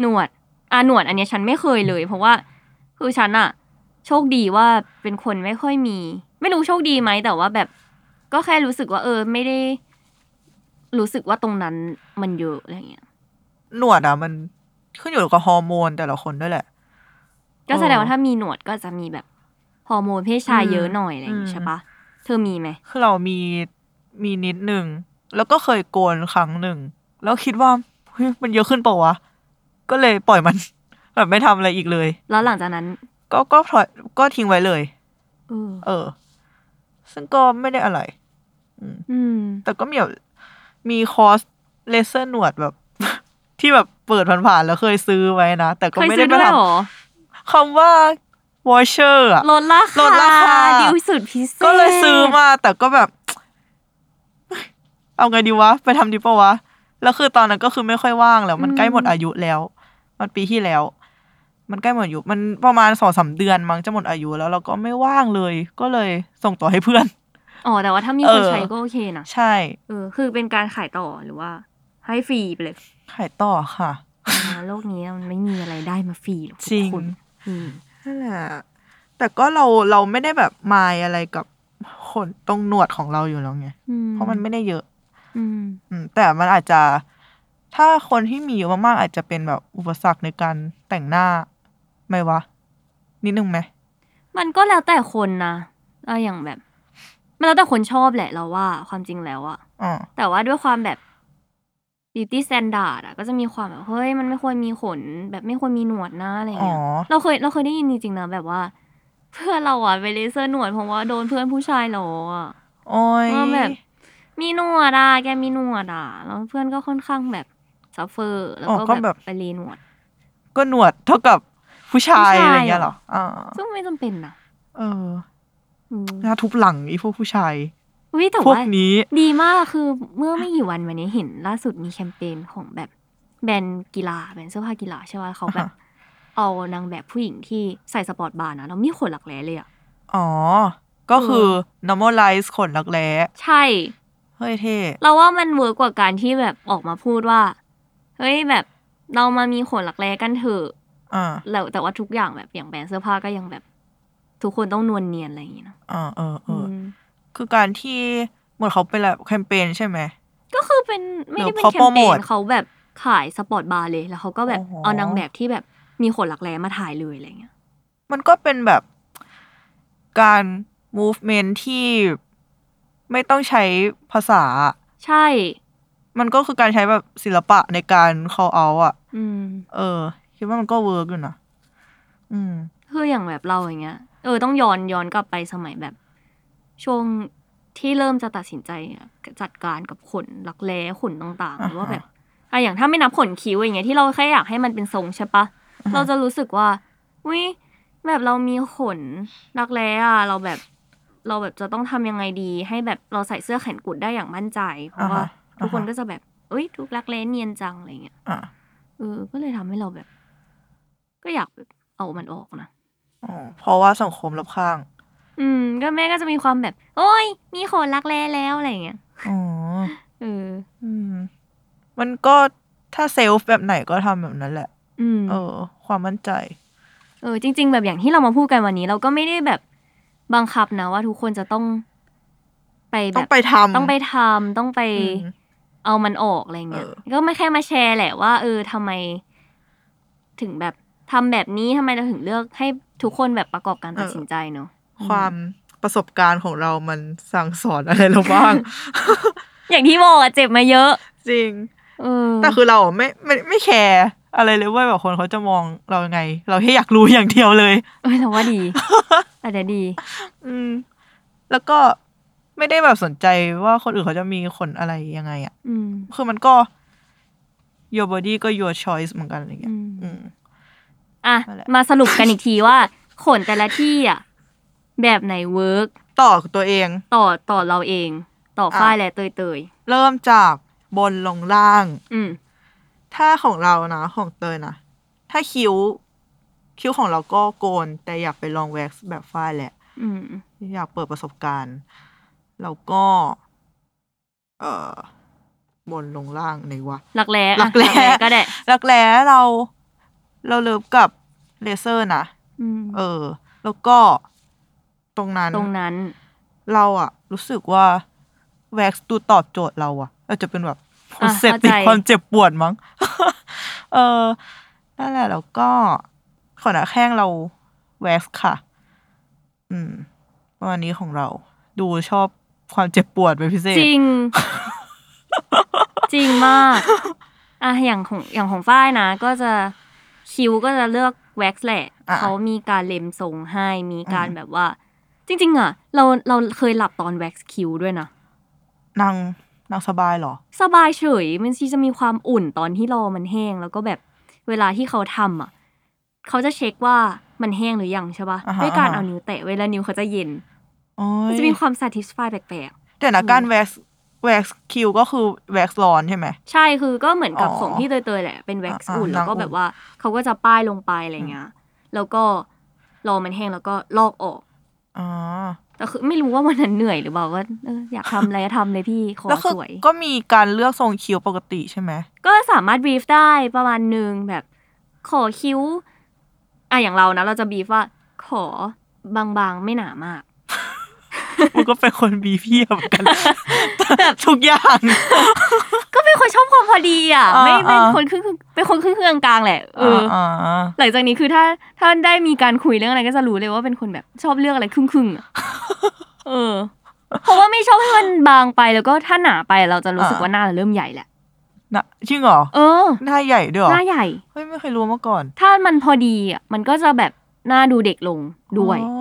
Speaker 2: หนวดอ่ะหนวดอันเนี้ยฉันไม่เคยเลย เพราะว่า คือฉันอะโชคดีว่าเป็นคนไม่ค่อยมี ไม่รู้โชคดีไหมแต่ว่าแบบ ก็แค่รู้สึกว่า เออ ไม่ได้ รู้สึกว่าตรงนั้นมันเยอะอะไรอย่างเงี้ย
Speaker 3: หนวดอะมันขึ้นอยู่กับฮอร์โมนแต่ละคนด้วยแหละ
Speaker 2: ก็แสดงว่า
Speaker 3: เออ
Speaker 2: ถ้ามีหนวดก็จะมีแบบฮอร์โมนเพศชาย
Speaker 3: อืม
Speaker 2: เยอะหน่อยอะไรอย่างงี้
Speaker 3: อืม
Speaker 2: ใช่ปะเธอมีไหม
Speaker 3: คือเรามีมีนิดหนึ่ง แล้วก็เคยโกนครั้งหนึ่ง แล้วคิดว่าเฮ้ยมันเยอะขึ้นเปล่าวะ ก็เลยปล่อยมัน แบบไม่ทำอะไรอีกเลย
Speaker 2: แล้วหลังจากนั้น
Speaker 3: ก็ก็ถอยก็ทิ้งไว้เลย
Speaker 2: เออ
Speaker 3: เออ ซึ่งก็ไม่ได้อะไร อืม
Speaker 2: อืม
Speaker 3: แต่ก็มีแบบมีคอร์สเลเซอร์หนวดแบบ ที่แบบเปิดผ่านๆแล้วเคยซื้อไว้นะ แต่ก็
Speaker 2: เคย
Speaker 3: ไม่
Speaker 2: ซื้
Speaker 3: ได้ไป
Speaker 2: อด้วย
Speaker 3: ท
Speaker 2: เหรอ
Speaker 3: ำคำว่าวอเชอร์อะ
Speaker 2: ลดราคา
Speaker 3: ลดราคา
Speaker 2: ดีลสุดพิเศษ
Speaker 3: ก็เลยซื้อมาแต่ก็แบบ เอาไงดีวะ ไปทำดีปะวะ แล้วคือตอนนั้นก็คือไม่ค่อยว่างแล้ว มันใกล้หมดอายุแล้ว มันปีที่แล้ว มันใกล้หมดอายุ มันประมาณสองสามเดือนมั้งจะหมดอายุแล้วเราก็ไม่ว่างเลย ก็เลยส่งต่อให้เพื่อน
Speaker 2: อ๋อแต่ว่าถ้ามี
Speaker 3: เอ
Speaker 2: คน
Speaker 3: อ
Speaker 2: ใช้ก็โอเคนะ
Speaker 3: ใช่
Speaker 2: เออ คือเป็นการขายต่อหรือว่า ให้ฟรีไปเลย
Speaker 3: ขายต่อค่ะ
Speaker 2: อ่าโลกนี้มันไม่มีอะไรได้มาฟรีหรอก
Speaker 3: จริง
Speaker 2: คุณอืม
Speaker 3: นั่นแหละแต่ก็เราเราไม่ได้แบบมายอะไรกับขนตรงหนวดของเราอยู่แล้วไงเพราะมันไม่ได้เยอะ
Speaker 2: อืม
Speaker 3: อืมแต่มันอาจจะถ้าคนที่มีเยอะมากๆอาจจะเป็นแบบอุปสรรคในการแต่งหน้าไหมวะ นิดนึงไหม
Speaker 2: มันก็แล้วแต่คนนะเอออย่างแบบ มันแล้วแต่คนชอบแหละเราว่า ความจริงแล้วอะ
Speaker 3: อ่า
Speaker 2: แต่ว่าด้วยความแบบ beauty standard อะก็จะมีความแบบเฮ้ยมันไม่ควรมีขน แบบไม่ควรมีหนวดนะอะไร
Speaker 3: อ๋อ
Speaker 2: เงี้ยเราเคยเราเคยได้ยินจริงๆนะแบบว่า เพื่อนเราอะไปเลเซอร์หนวดเพราะว่าโดนเพื่อนผู้ชายหลอกอะ
Speaker 3: โอ้ย
Speaker 2: ว่าแบบ มีหนวดอะแกมีหนวดอะแล้วเพื่อนก็ค่อนข้างแบบซัฟเฟอร์แล้วก็แบบไปรีหนวด
Speaker 3: ก็หนวดเท่ากับผู้ชาย
Speaker 2: ผู้ชาย
Speaker 3: อะไรเงี้ยเหรออ่า
Speaker 2: ซึ่งไม่จำเป็นนะ
Speaker 3: เออ
Speaker 2: อืม
Speaker 3: หน้าทุบหลังอีพวกผู้ชาย
Speaker 2: อุ้ยแต่
Speaker 3: พวก
Speaker 2: ว่า
Speaker 3: นี้
Speaker 2: ดีมากคือเมื่อไม่กี่วันวันนี้เห็นล่าสุดมีแคมเปญของแบบแบรนด์กีฬาแบรนด์เสื้อผ้ากีฬาใช่ไหมเขาแบบ
Speaker 3: อ่าฮะ
Speaker 2: เอานางแบบผู้หญิงที่ใส่สปอร์ตบาร์นะแล้วมีขนหลักแร้เลยอ่ะ
Speaker 3: อ๋อ ก็คือ
Speaker 2: เออ
Speaker 3: normalize ขนรักแร้
Speaker 2: ใช่
Speaker 3: เฮ้ยเท่
Speaker 2: เราว่ามันเวิร์กกว่าการที่แบบออกมาพูดว่า เฮ้ยแบบเรามามีขนหลักแร้กันเถอะ
Speaker 3: อ่า
Speaker 2: แล้วแต่ว่าทุกอย่างแบบอย่างแบรนด์เสื้อผ้าก็ยังแบบ ทุกคนต้องนวลเนียนอะไรอย่างเงี้ยนะ
Speaker 3: อ่าเออเอออ
Speaker 2: ม
Speaker 3: คือการที่หมดเขาเป็นแบบแคมเปญใช่ไหม
Speaker 2: ก็คือเป็นไม่ได้เป็น
Speaker 3: เขา
Speaker 2: แค
Speaker 3: โปร
Speaker 2: มเป
Speaker 3: โมท
Speaker 2: ญเขาแบบขายสปอร์ตบาร์เลยแล้วเขาก็แบบ
Speaker 3: โอ้โห
Speaker 2: เอานางแบบที่แบบมีขนหลักแร้มาถ่ายเลยอะไรอย่างเงี้ย
Speaker 3: มันก็เป็นแบบการ movement ที่ไม่ต้องใช้ภาษา
Speaker 2: ใช่
Speaker 3: มันก็คือการใช้แบบศิลปะในการ call out อ่ะ
Speaker 2: อืม
Speaker 3: เออ คิดว่ามันก็เวิร์กอยู่นะ อืม
Speaker 2: คืออย่างแบบเราอย่างเงี้ย เออต้องย้อนย้อนกลับไปสมัยแบบ ช่วงที่เริ่มจะตัดสินใจอะจัดการกับขนหลักแร้ขนต่าง
Speaker 3: อ่าฮะ
Speaker 2: ๆว่าแบบอะอย่างถ้าไม่นับขนคิ้วอย่างเงี้ยที่เราแค่อยากให้มันเป็นทรงใช่ปะเราจะรู้สึกว่าวิแบบเรามีขนหลักแร้อะเราแบบ เราแบบจะต้องทำยังไงดี ให้แบบเราใส่เสื้อแขนกุดได้อย่างมั่นใจ เพราะว่า ทุกคนก็จะแบบเอ้ยทุกรักแร้เนียนจังอะไรเงี้ย
Speaker 3: อ่ะ
Speaker 2: เออ ก็เลยทำให้เราแบบ ก็อยากแบบเอามันออกนะ
Speaker 3: อ๋อเพราะว่าสังคมรอบข้าง
Speaker 2: อืม ก็แม่ก็จะมีความแบบ โอ้ย มีขนรักแร้แล้วอะไรอย่างเงี้ย
Speaker 3: อ๋อ
Speaker 2: เออ
Speaker 3: อืม มันก็ถ้าเซลฟ์แบบไหนก็ทำแบบนั้นแหละ
Speaker 2: อืม
Speaker 3: เออ ความมั่นใจ
Speaker 2: เออ จริง ๆ แบบอย่างที่เรามาพูดกันวันนี้ เราก็ไม่ได้แบบบังคับนะว่าทุกคนจะต้อง ไปแบ
Speaker 3: ต้อบ งไปทำ
Speaker 2: ต้องไปทำต้องไป
Speaker 3: อืม
Speaker 2: เอามันออกอะไรเงี้ย
Speaker 3: เออ
Speaker 2: ก็ไม่แค่มาแชร์แหละว่า เออทำไม ถึงแบบทำแบบนี้ทำไมเราถึงเลือกให้ทุกคนแบบประกอบการตัดสินใจเนอะ
Speaker 3: ความประสบการณ์ของเรา มันสั่งสอนอะไรเราบ้าง
Speaker 2: อย่างที่บอกอะเจ็บมาเยอะ
Speaker 3: จริง
Speaker 2: เออ
Speaker 3: แต่คือเราอะไม่ไม่ไม่แคร์อะไรเลยเว่าแบบคนเขาจะมองเรายังไง เราแค่อยากรู้อย่างเดียวเลย
Speaker 2: เอ้ยเราว่า ดี อาจจะดี
Speaker 3: อืม แล้วก็ไม่ได้แบบสนใจว่าคนอื่นเขาจะมีขนอะไรยังไงอะ
Speaker 2: อืม
Speaker 3: คือมันก็ your body ก็ your choice เหมือนกันอะไรเงี้ย
Speaker 2: อืม
Speaker 3: อืม
Speaker 2: อ่ะ
Speaker 3: นั่นแหละ
Speaker 2: มาสรุปกันอีกทีว่า ขนแต่ละที่อ่ะ แบบไหนเวิร์ก
Speaker 3: ต่อตัวเอง
Speaker 2: ต่อต่อเราเอง ต่อฝ้ายและเตยเตย
Speaker 3: เริ่มจากบนลงล่าง
Speaker 2: ๆอืม
Speaker 3: ถ้าของเรานะ ของเตยนะ ถ้าคิ้ว คิ้วของเราก็โกน แต่อยากไปลองแว็กซ์แบบฝ้ายแหละ
Speaker 2: อืม
Speaker 3: อยากเปิดประสบการณ์ แล้วก็ เอ่อบนลงล่างไหนวะ
Speaker 2: หลักแร้อะ
Speaker 3: หลักแร้
Speaker 2: ก็ได้
Speaker 3: รักแร้เราเราเลิฟกับเลเซอร์นะ
Speaker 2: อืม
Speaker 3: เออ แล้วก็ตรงนั้น
Speaker 2: ตรงนั้น
Speaker 3: เราอะรู้สึกว่าแว็กซ์ดูตอบโจทย์เราอะอาจจะเป็นแบบ
Speaker 2: อ่ะ
Speaker 3: เสพติด
Speaker 2: เข้าใจ
Speaker 3: ความเจ็บปวดมั้ง เออนั่นแหละแล้วก็ขนหน้าแข้งเราแว็กซ์ค่ะ อืมวันนี้ของเรา ดูชอบความเจ็บปวดเป็นพิเศษ
Speaker 2: จริ ง จริงมากอ่ะอย่างของอย่างของฝ้ายนะ ก็จะคิวก็จะเลือกแว็กซ์แหละ
Speaker 3: อ่ะ
Speaker 2: เขามีการเล็มทรงให้มีการ
Speaker 3: อืม
Speaker 2: แบบว่า จริง ๆ อ่ะ เราเราเคยหลับตอนแว็กซ์คิวด้วยนะ
Speaker 3: นางนางสบายเหรอ
Speaker 2: สบายเฉย มันที่จะมีความอุ่นตอนที่รอมันแห้ง แล้วก็แบบเวลาที่เขาทำอ่ะ เขาจะเช็คว่ามันแห้งหรือยังใช่ปะ
Speaker 3: อ่าฮะ
Speaker 2: ด้วยการ
Speaker 3: อ่าฮะ
Speaker 2: เอานิ้วแตะไว้แล้วนิ้วเขาจะเย็น
Speaker 3: โอ้
Speaker 2: มัน
Speaker 3: ย
Speaker 2: จะมีความ satisfy แปลก
Speaker 3: เดี๋ยวนะการแว็กซ์แว็กซ์คิวก็คือแว็กซ์ร้อนใช่ไหม
Speaker 2: ๆ ใช่คือก็เหมือนกับ
Speaker 3: อ๋อ
Speaker 2: ของพี่เตยๆแหละ เป็นแว็กซ์
Speaker 3: อ่า
Speaker 2: อุ่น
Speaker 3: อ่า
Speaker 2: แล้วก็
Speaker 3: น้ำอุ่น
Speaker 2: แบบว่าเขาก็จะป้ายลงไปอะไรเงี้ย แล้วก็รอมันแห้งแล้วก็ลอกออก
Speaker 3: อ๋อ
Speaker 2: แต่คือไม่รู้ว่าวันนั้นเหนื่อยหรือเปล่าว่าเอออยากทำอะไรก็ทำเลยพี่ขอ
Speaker 3: แล้วคือ
Speaker 2: สวย
Speaker 3: ก็มีการเลือกทรงคิ้วปกติใช่ไหม
Speaker 2: ก็สามารถบีฟได้ประมาณหนึ่งแบบขอคิ้วอ่ะอย่างเรานะ เราจะบีฟว่าขอบางๆไม่หนามาก
Speaker 3: มันก็เป็นคนบีพี่เหมือนกัน ทุกอย่าง
Speaker 2: ก็เป็นคนชอบความพอดีอ่ะ
Speaker 3: อ่า
Speaker 2: ไม่เป็น
Speaker 3: อ่า
Speaker 2: คนครึ่งๆเป็นคนครึ่งๆกลางๆแหละเอออ
Speaker 3: อ่า
Speaker 2: หลังจากนี้คือถ้าถ้าได้มีการคุยเรื่องอะไรก็จะรู้เลยว่าเป็นคนแบบชอบเลือกอะไรครึ่งๆอ่ะเออ เพราะว่าไม่ชอบให้มันบางไปแล้วก็ถ้าหนาไปเราจะรู้สึกว่าหน้าเราเริ่มใหญ่แหละ
Speaker 3: น่ะจริงเหรอ
Speaker 2: เออ
Speaker 3: หน้าใหญ่ด้วยเหร
Speaker 2: ห
Speaker 3: อ
Speaker 2: น้าใหญ่
Speaker 3: เฮ้ย ไม่เคยรู้มาก่อน
Speaker 2: ถ้ามันพอดีอ่ะมันก็จะแบบหน้าดูเด็กลงด้วย
Speaker 3: อ๋อ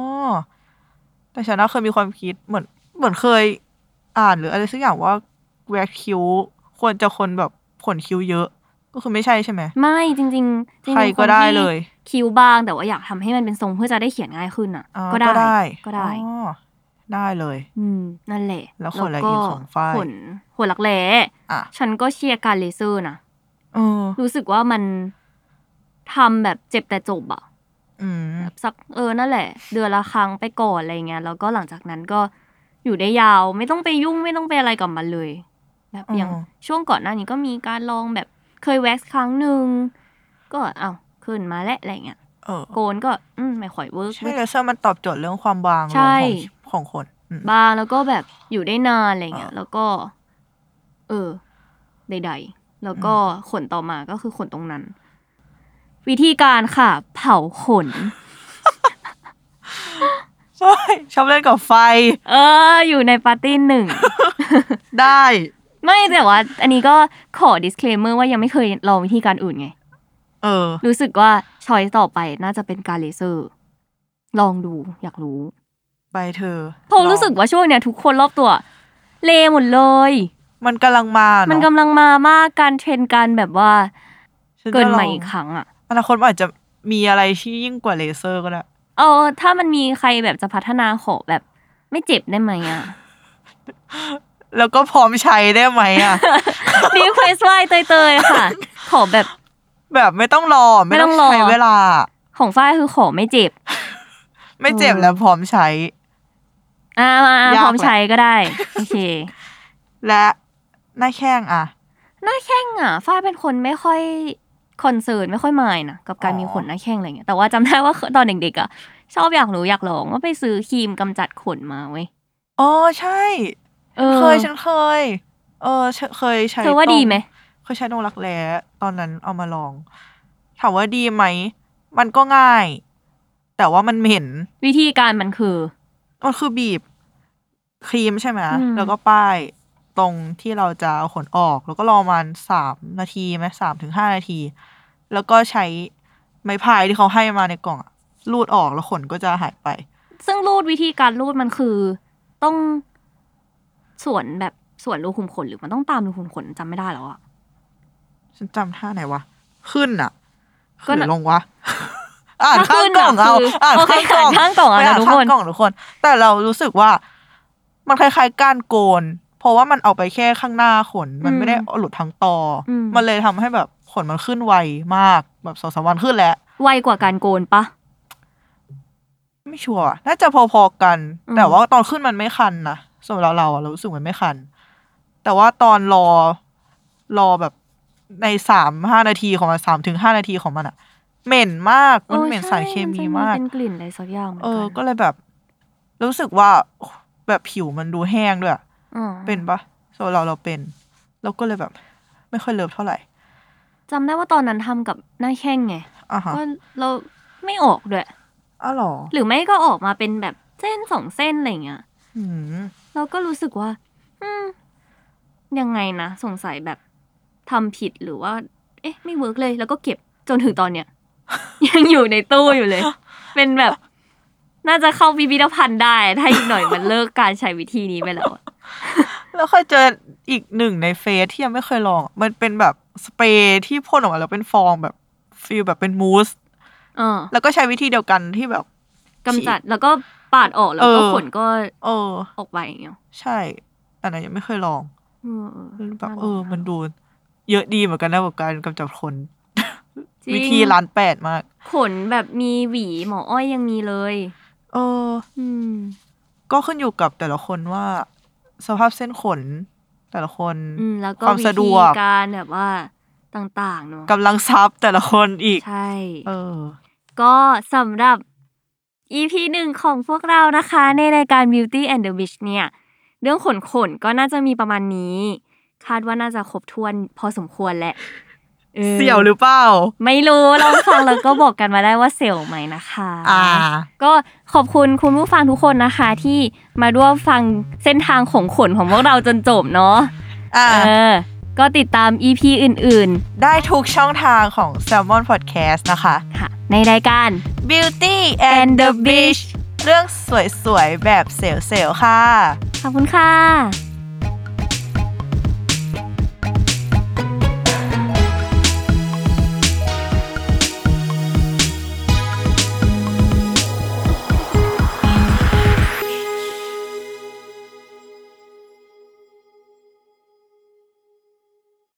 Speaker 3: แต่ฉันน่ะเคยมีความคิดเหมือน เหมือนเคยอ่านหรืออะไรสักอย่างว่าแวกคิ้ว ควรจะคนแบบขนคิ้วเยอะ ก็คือไม่ใช่ใช่ไหม
Speaker 2: ไม่จริงๆจริงๆ
Speaker 3: ใครก็
Speaker 2: นที่
Speaker 3: ได้เลย
Speaker 2: คิวบ้างแต่ว่าอยากทำให้มันเป็นทรงเพื่อจะได้เขียนง่ายขึ้นอ่ะ
Speaker 3: อ๋อ
Speaker 2: ก็ได้
Speaker 3: ก็
Speaker 2: ก็
Speaker 3: ได้
Speaker 2: ได้
Speaker 3: อ๋อได้เลย
Speaker 2: อืมนั่นแหละ
Speaker 3: แล้วขนอะไรอีกของฝ้าย
Speaker 2: ขนขนหลักแร้
Speaker 3: อ่ะ
Speaker 2: ฉันก็เชียร์การเลเซอร์นะ
Speaker 3: เออ
Speaker 2: รู้สึกว่ามันทำแบบเจ็บแต่จบอ่ะ
Speaker 3: อืม
Speaker 2: แบบสักเออนั่นแหละ เดือนละครั้งไปก่อนอะไรเงี้ยแล้วก็หลังจากนั้นก็อยู่ได้ยาวไม่ต้องไปยุ่งไม่ต้องไปอะไรกับมันเลย แบบอย่าง
Speaker 3: อ๋อ
Speaker 2: ช่วงก่อนหน้านี้ก็มีการลองแบบเคยแว็กซ์ครั้งหนึ่งก็เอ้าขึ้นมาและอะไรเงี้ย
Speaker 3: เออ
Speaker 2: โกนก็อืมไม่ค่อยเวิร์ก
Speaker 3: ใช่เลเซอร์มันตอบโจทย์เรื่องความบางลง
Speaker 2: ใช่
Speaker 3: ของของขนอืม
Speaker 2: บ้างแล้วก็แบบอยู่ได้นานอะไรเงี้ย
Speaker 3: อ่า
Speaker 2: แล้วก็ เออ ใดๆ แล้วก็ขนต่อมาก็คือขนตรงนั้น วิธีการค่ะ เผาข น
Speaker 3: ใช่ชอบเล่นกับไฟ
Speaker 2: เออ อยู่ในปาร์ตี้หนึ่ง
Speaker 3: ได้
Speaker 2: ไม่แต่ว่า อันนี้ก็ขอ disclaimer ว่ายังไม่เคยลองวิธีการอื่นไง
Speaker 3: เออ
Speaker 2: รู้สึกว่าชอยต่อไปน่าจะเป็นการเลเซอร์ ลองดูอยากรู้
Speaker 3: ไปเธอ
Speaker 2: เพราะ
Speaker 3: ลอง
Speaker 2: รู้สึกว่าช่วงเนี้ยทุกคนรอบตัว เลหมดเลย
Speaker 3: มันกำลังมา
Speaker 2: มั
Speaker 3: มัน
Speaker 2: กำลังมามากการเทรนด์การแบบว่า เกินใหม่อีกค
Speaker 3: ค่ะ
Speaker 2: รั้งอ่ะ
Speaker 3: อนาคตมันอาจจะมีอะไรที่ยิ่งกว่าเลเซอร์ก็ได้
Speaker 2: เออ ถ้ามันมีใครแบบจะพัฒนาขอแบบ ไม่เจ็บได้ไหม อ่ะ
Speaker 3: แล้วก็พร้อมใช้ได้ไหมอ่ะ
Speaker 2: รีเควสไว้เตยๆค่ะ ขอแบบ
Speaker 3: แบบไม่ต้องรอไม่ต้อง
Speaker 2: ไม่ต้องรอ
Speaker 3: ใช้เวลา
Speaker 2: ของฝ้ายคือขอไม่เจ็บ
Speaker 3: ไม่เจ็บ
Speaker 2: เออ
Speaker 3: แล้วพร้อมใช้
Speaker 2: อ่าอ่าอ่า
Speaker 3: ากแห
Speaker 2: ย
Speaker 3: ละ
Speaker 2: พร้อมใช้ก็ได้ โอเค
Speaker 3: และหน้าแข้งอ่ะ
Speaker 2: หน้าแข้งอ่ะฝ้ายเป็นคนไม่ค่อยคอนเซิร์นไม่ค่อยมายนะกับการ
Speaker 3: อ๋อ
Speaker 2: มีขนหน้าแข้งอะไรเงี้ยแต่ว่าจำได้ว่าตอนเด็กๆอ่ะชอบอยากรู้อยากลองว่าไปซื้อครีมกำจัดขนมาเว้ย
Speaker 3: อ๋อใช่
Speaker 2: เออ
Speaker 3: เคยฉันเคย เออฉันเคยใช้
Speaker 2: เธอว่า
Speaker 3: ตรง
Speaker 2: ดีไหม
Speaker 3: เคยใช้นงรักแร้ตอนนั้นเอามาลอง ถามว่าดีไหม มันก็ง่าย แต่ว่ามันเหม็น
Speaker 2: วิธีการมันคือ
Speaker 3: มันคือบีบ ครีมใช่ไหม
Speaker 2: อืม
Speaker 3: แล้วก็ป้าย ตรงที่เราจะเอาขนออก แล้วก็รอประมาณสามนาทีไหมสามถึงห้านาที แล้วก็ใช้ไม้พายที่เขาให้มาในกล่องอะลูดออกแล้วขนก็จะหายไป
Speaker 2: ซึ่งรูดวิธีการรูดมันคือ ต้องสวนแบบสวนรูขุมขนหรือมันต้องตามรูขุมขนจำไม่ได้แล้วอะ
Speaker 3: ฉันจำท่าไหนวะ ขึ้นอ่ะ
Speaker 2: ก็
Speaker 3: ขึ้นห
Speaker 2: น่ะ
Speaker 3: รือลงวะ อ่าน
Speaker 2: ถ้า
Speaker 3: ข้างกล่องเอา
Speaker 2: ขึ้นน่ะ
Speaker 3: อ่าน
Speaker 2: คือ
Speaker 3: ข้างกล่อง
Speaker 2: โอเคอ่านข้างกล่องอ่ะ
Speaker 3: ไปอ่าน
Speaker 2: ทุก
Speaker 3: ข้าง
Speaker 2: คน
Speaker 3: กล่องทุกคน แต่เรารู้สึกว่า มันคล้ายๆก้านโกน เพราะว่ามันเอาไปแค่ข้างหน้าขน มันไม่ได้เอาหลุดทั้งตออ
Speaker 2: ม
Speaker 3: มันเลยทำให้แบบขนมันขึ้นไวมากแบบสองสามวันขึ้นแล้ว
Speaker 2: ไวกว่าการโกนปะ
Speaker 3: ไม่ชัวร์อะน่าจะพอๆกัน
Speaker 2: อืม
Speaker 3: แต่ว่าตอนขึ้นมันไม่คันนะส่วนเราเราอะเรารู้สึกมันไม่คัน แต่ว่าตอนรอรอแบบในสามห้านาทีของมันสามถึงห้านาทีของมันอะเหม็นมากมันเหม็น
Speaker 2: ออ
Speaker 3: สารเคมีมาก
Speaker 2: ใช่นจะเป็นกลิ่นอะไรสักอย่างหมืน
Speaker 3: เอน อ ก็เลยแบบ รู้สึกว่าแบบผิวมันดูแห้งด้วย
Speaker 2: อ๋อ
Speaker 3: เป็นปะส่วนเราเราเป็นเราก็เลยแบบ ไม่ค่อยเลิฟเท่าไหร่
Speaker 2: จำได้ว่าตอนนั้นทำกับหน้าแข้งไง
Speaker 3: อ่ะฮะ
Speaker 2: ก็เราไม่ออกด้วย
Speaker 3: อ้าวเหรอ
Speaker 2: หรือไม่ก็ออกมาเป็นแบบเส้นสองเส้นอะไรอย่างเงี้ย
Speaker 3: อืม
Speaker 2: เราก็รู้สึกว่า อืม ยังไงนะ สงสัยแบบทำผิดหรือว่า เอ๊ะ ไม่เวิร์กเลย แล้วก็เก็บจนถึงตอนเนี้ย ยังอยู่ในตู้อยู่เลย เป็นแบบ น่าจะเข้าพิพิธภัณฑ์ได้ ถ้าอีกหน่อยมันเลิกการใช้วิธีนี้ไปแล้วอะ
Speaker 3: แล้วเคยเจออีกหนึ่งในเฟสที่ยังไม่เคยลอง มันเป็นแบบสเปรย์ที่พ่นออกมาแล้วเป็นฟองแบบฟิลแบบเป็นมูส
Speaker 2: เออ
Speaker 3: แล้วก็ใช้วิธีเดียวกันที่แบบ
Speaker 2: กำจัดแล้วก็ปาดออกแล้วก็
Speaker 3: เออ
Speaker 2: ขนก็
Speaker 3: เออ
Speaker 2: ออกไปอย่างเงี้ย
Speaker 3: ใช่อันนั้นยังไม่เคยลอง
Speaker 2: เออเออ
Speaker 3: แบบ
Speaker 2: าล
Speaker 3: เออ
Speaker 2: งาลง
Speaker 3: มันดู เยอะดีเหมือนกันนะกับการกำจัดขน
Speaker 2: จริง
Speaker 3: วิธีร้านแปดมาก
Speaker 2: ขนแบบมีหวีหมออ้อยยังมีเลย
Speaker 3: เออ
Speaker 2: อืม
Speaker 3: ก็ขึ้นอยู่กับแต่ละคนว่า สภาพเส้นขน แต่ละคน
Speaker 2: อืม แล้วก็
Speaker 3: ความ
Speaker 2: วิ
Speaker 3: สะด
Speaker 2: ธี
Speaker 3: วก
Speaker 2: การแบบว่าต่างๆเนาะ
Speaker 3: กำลังทรัพย์แต่ละคนอีก
Speaker 2: ใช่
Speaker 3: เออ
Speaker 2: ก็สำหรับ EP หนึ่งของพวกเรานะคะ ในรายการ Beauty and the Beach เนี่ย เรื่องขนขนๆก็น่าจะมีประมาณนี้ คาดว่าน่าจะครบถ้วนพอสมควรแหละอ อ
Speaker 3: เสี่ยวหรือเปล่า
Speaker 2: ไม่รู้ลองฟังแล้วก็บอกกันมาได้ว่าเสี่ยวไหมนะคะ
Speaker 3: อ่า
Speaker 2: ก็ขอบคุณคุณผู้ฟังทุกคนนะคะ ที่มาร่วมฟังเส้นทางของขนของพวกเราจนจบเนาะ
Speaker 3: อ่า
Speaker 2: เออ ก็ติดตาม EP อื่น
Speaker 3: ได้ทุกช่องทางของ Salmon Podcast นะคะ
Speaker 2: ๆค่ะ ในรายการ
Speaker 3: Beauty and
Speaker 2: And
Speaker 3: the
Speaker 2: the
Speaker 3: Beach
Speaker 2: Beach
Speaker 3: เรื่องสวยๆ แบบเซลล์ๆค่ะ
Speaker 2: ขอบคุณค่ะ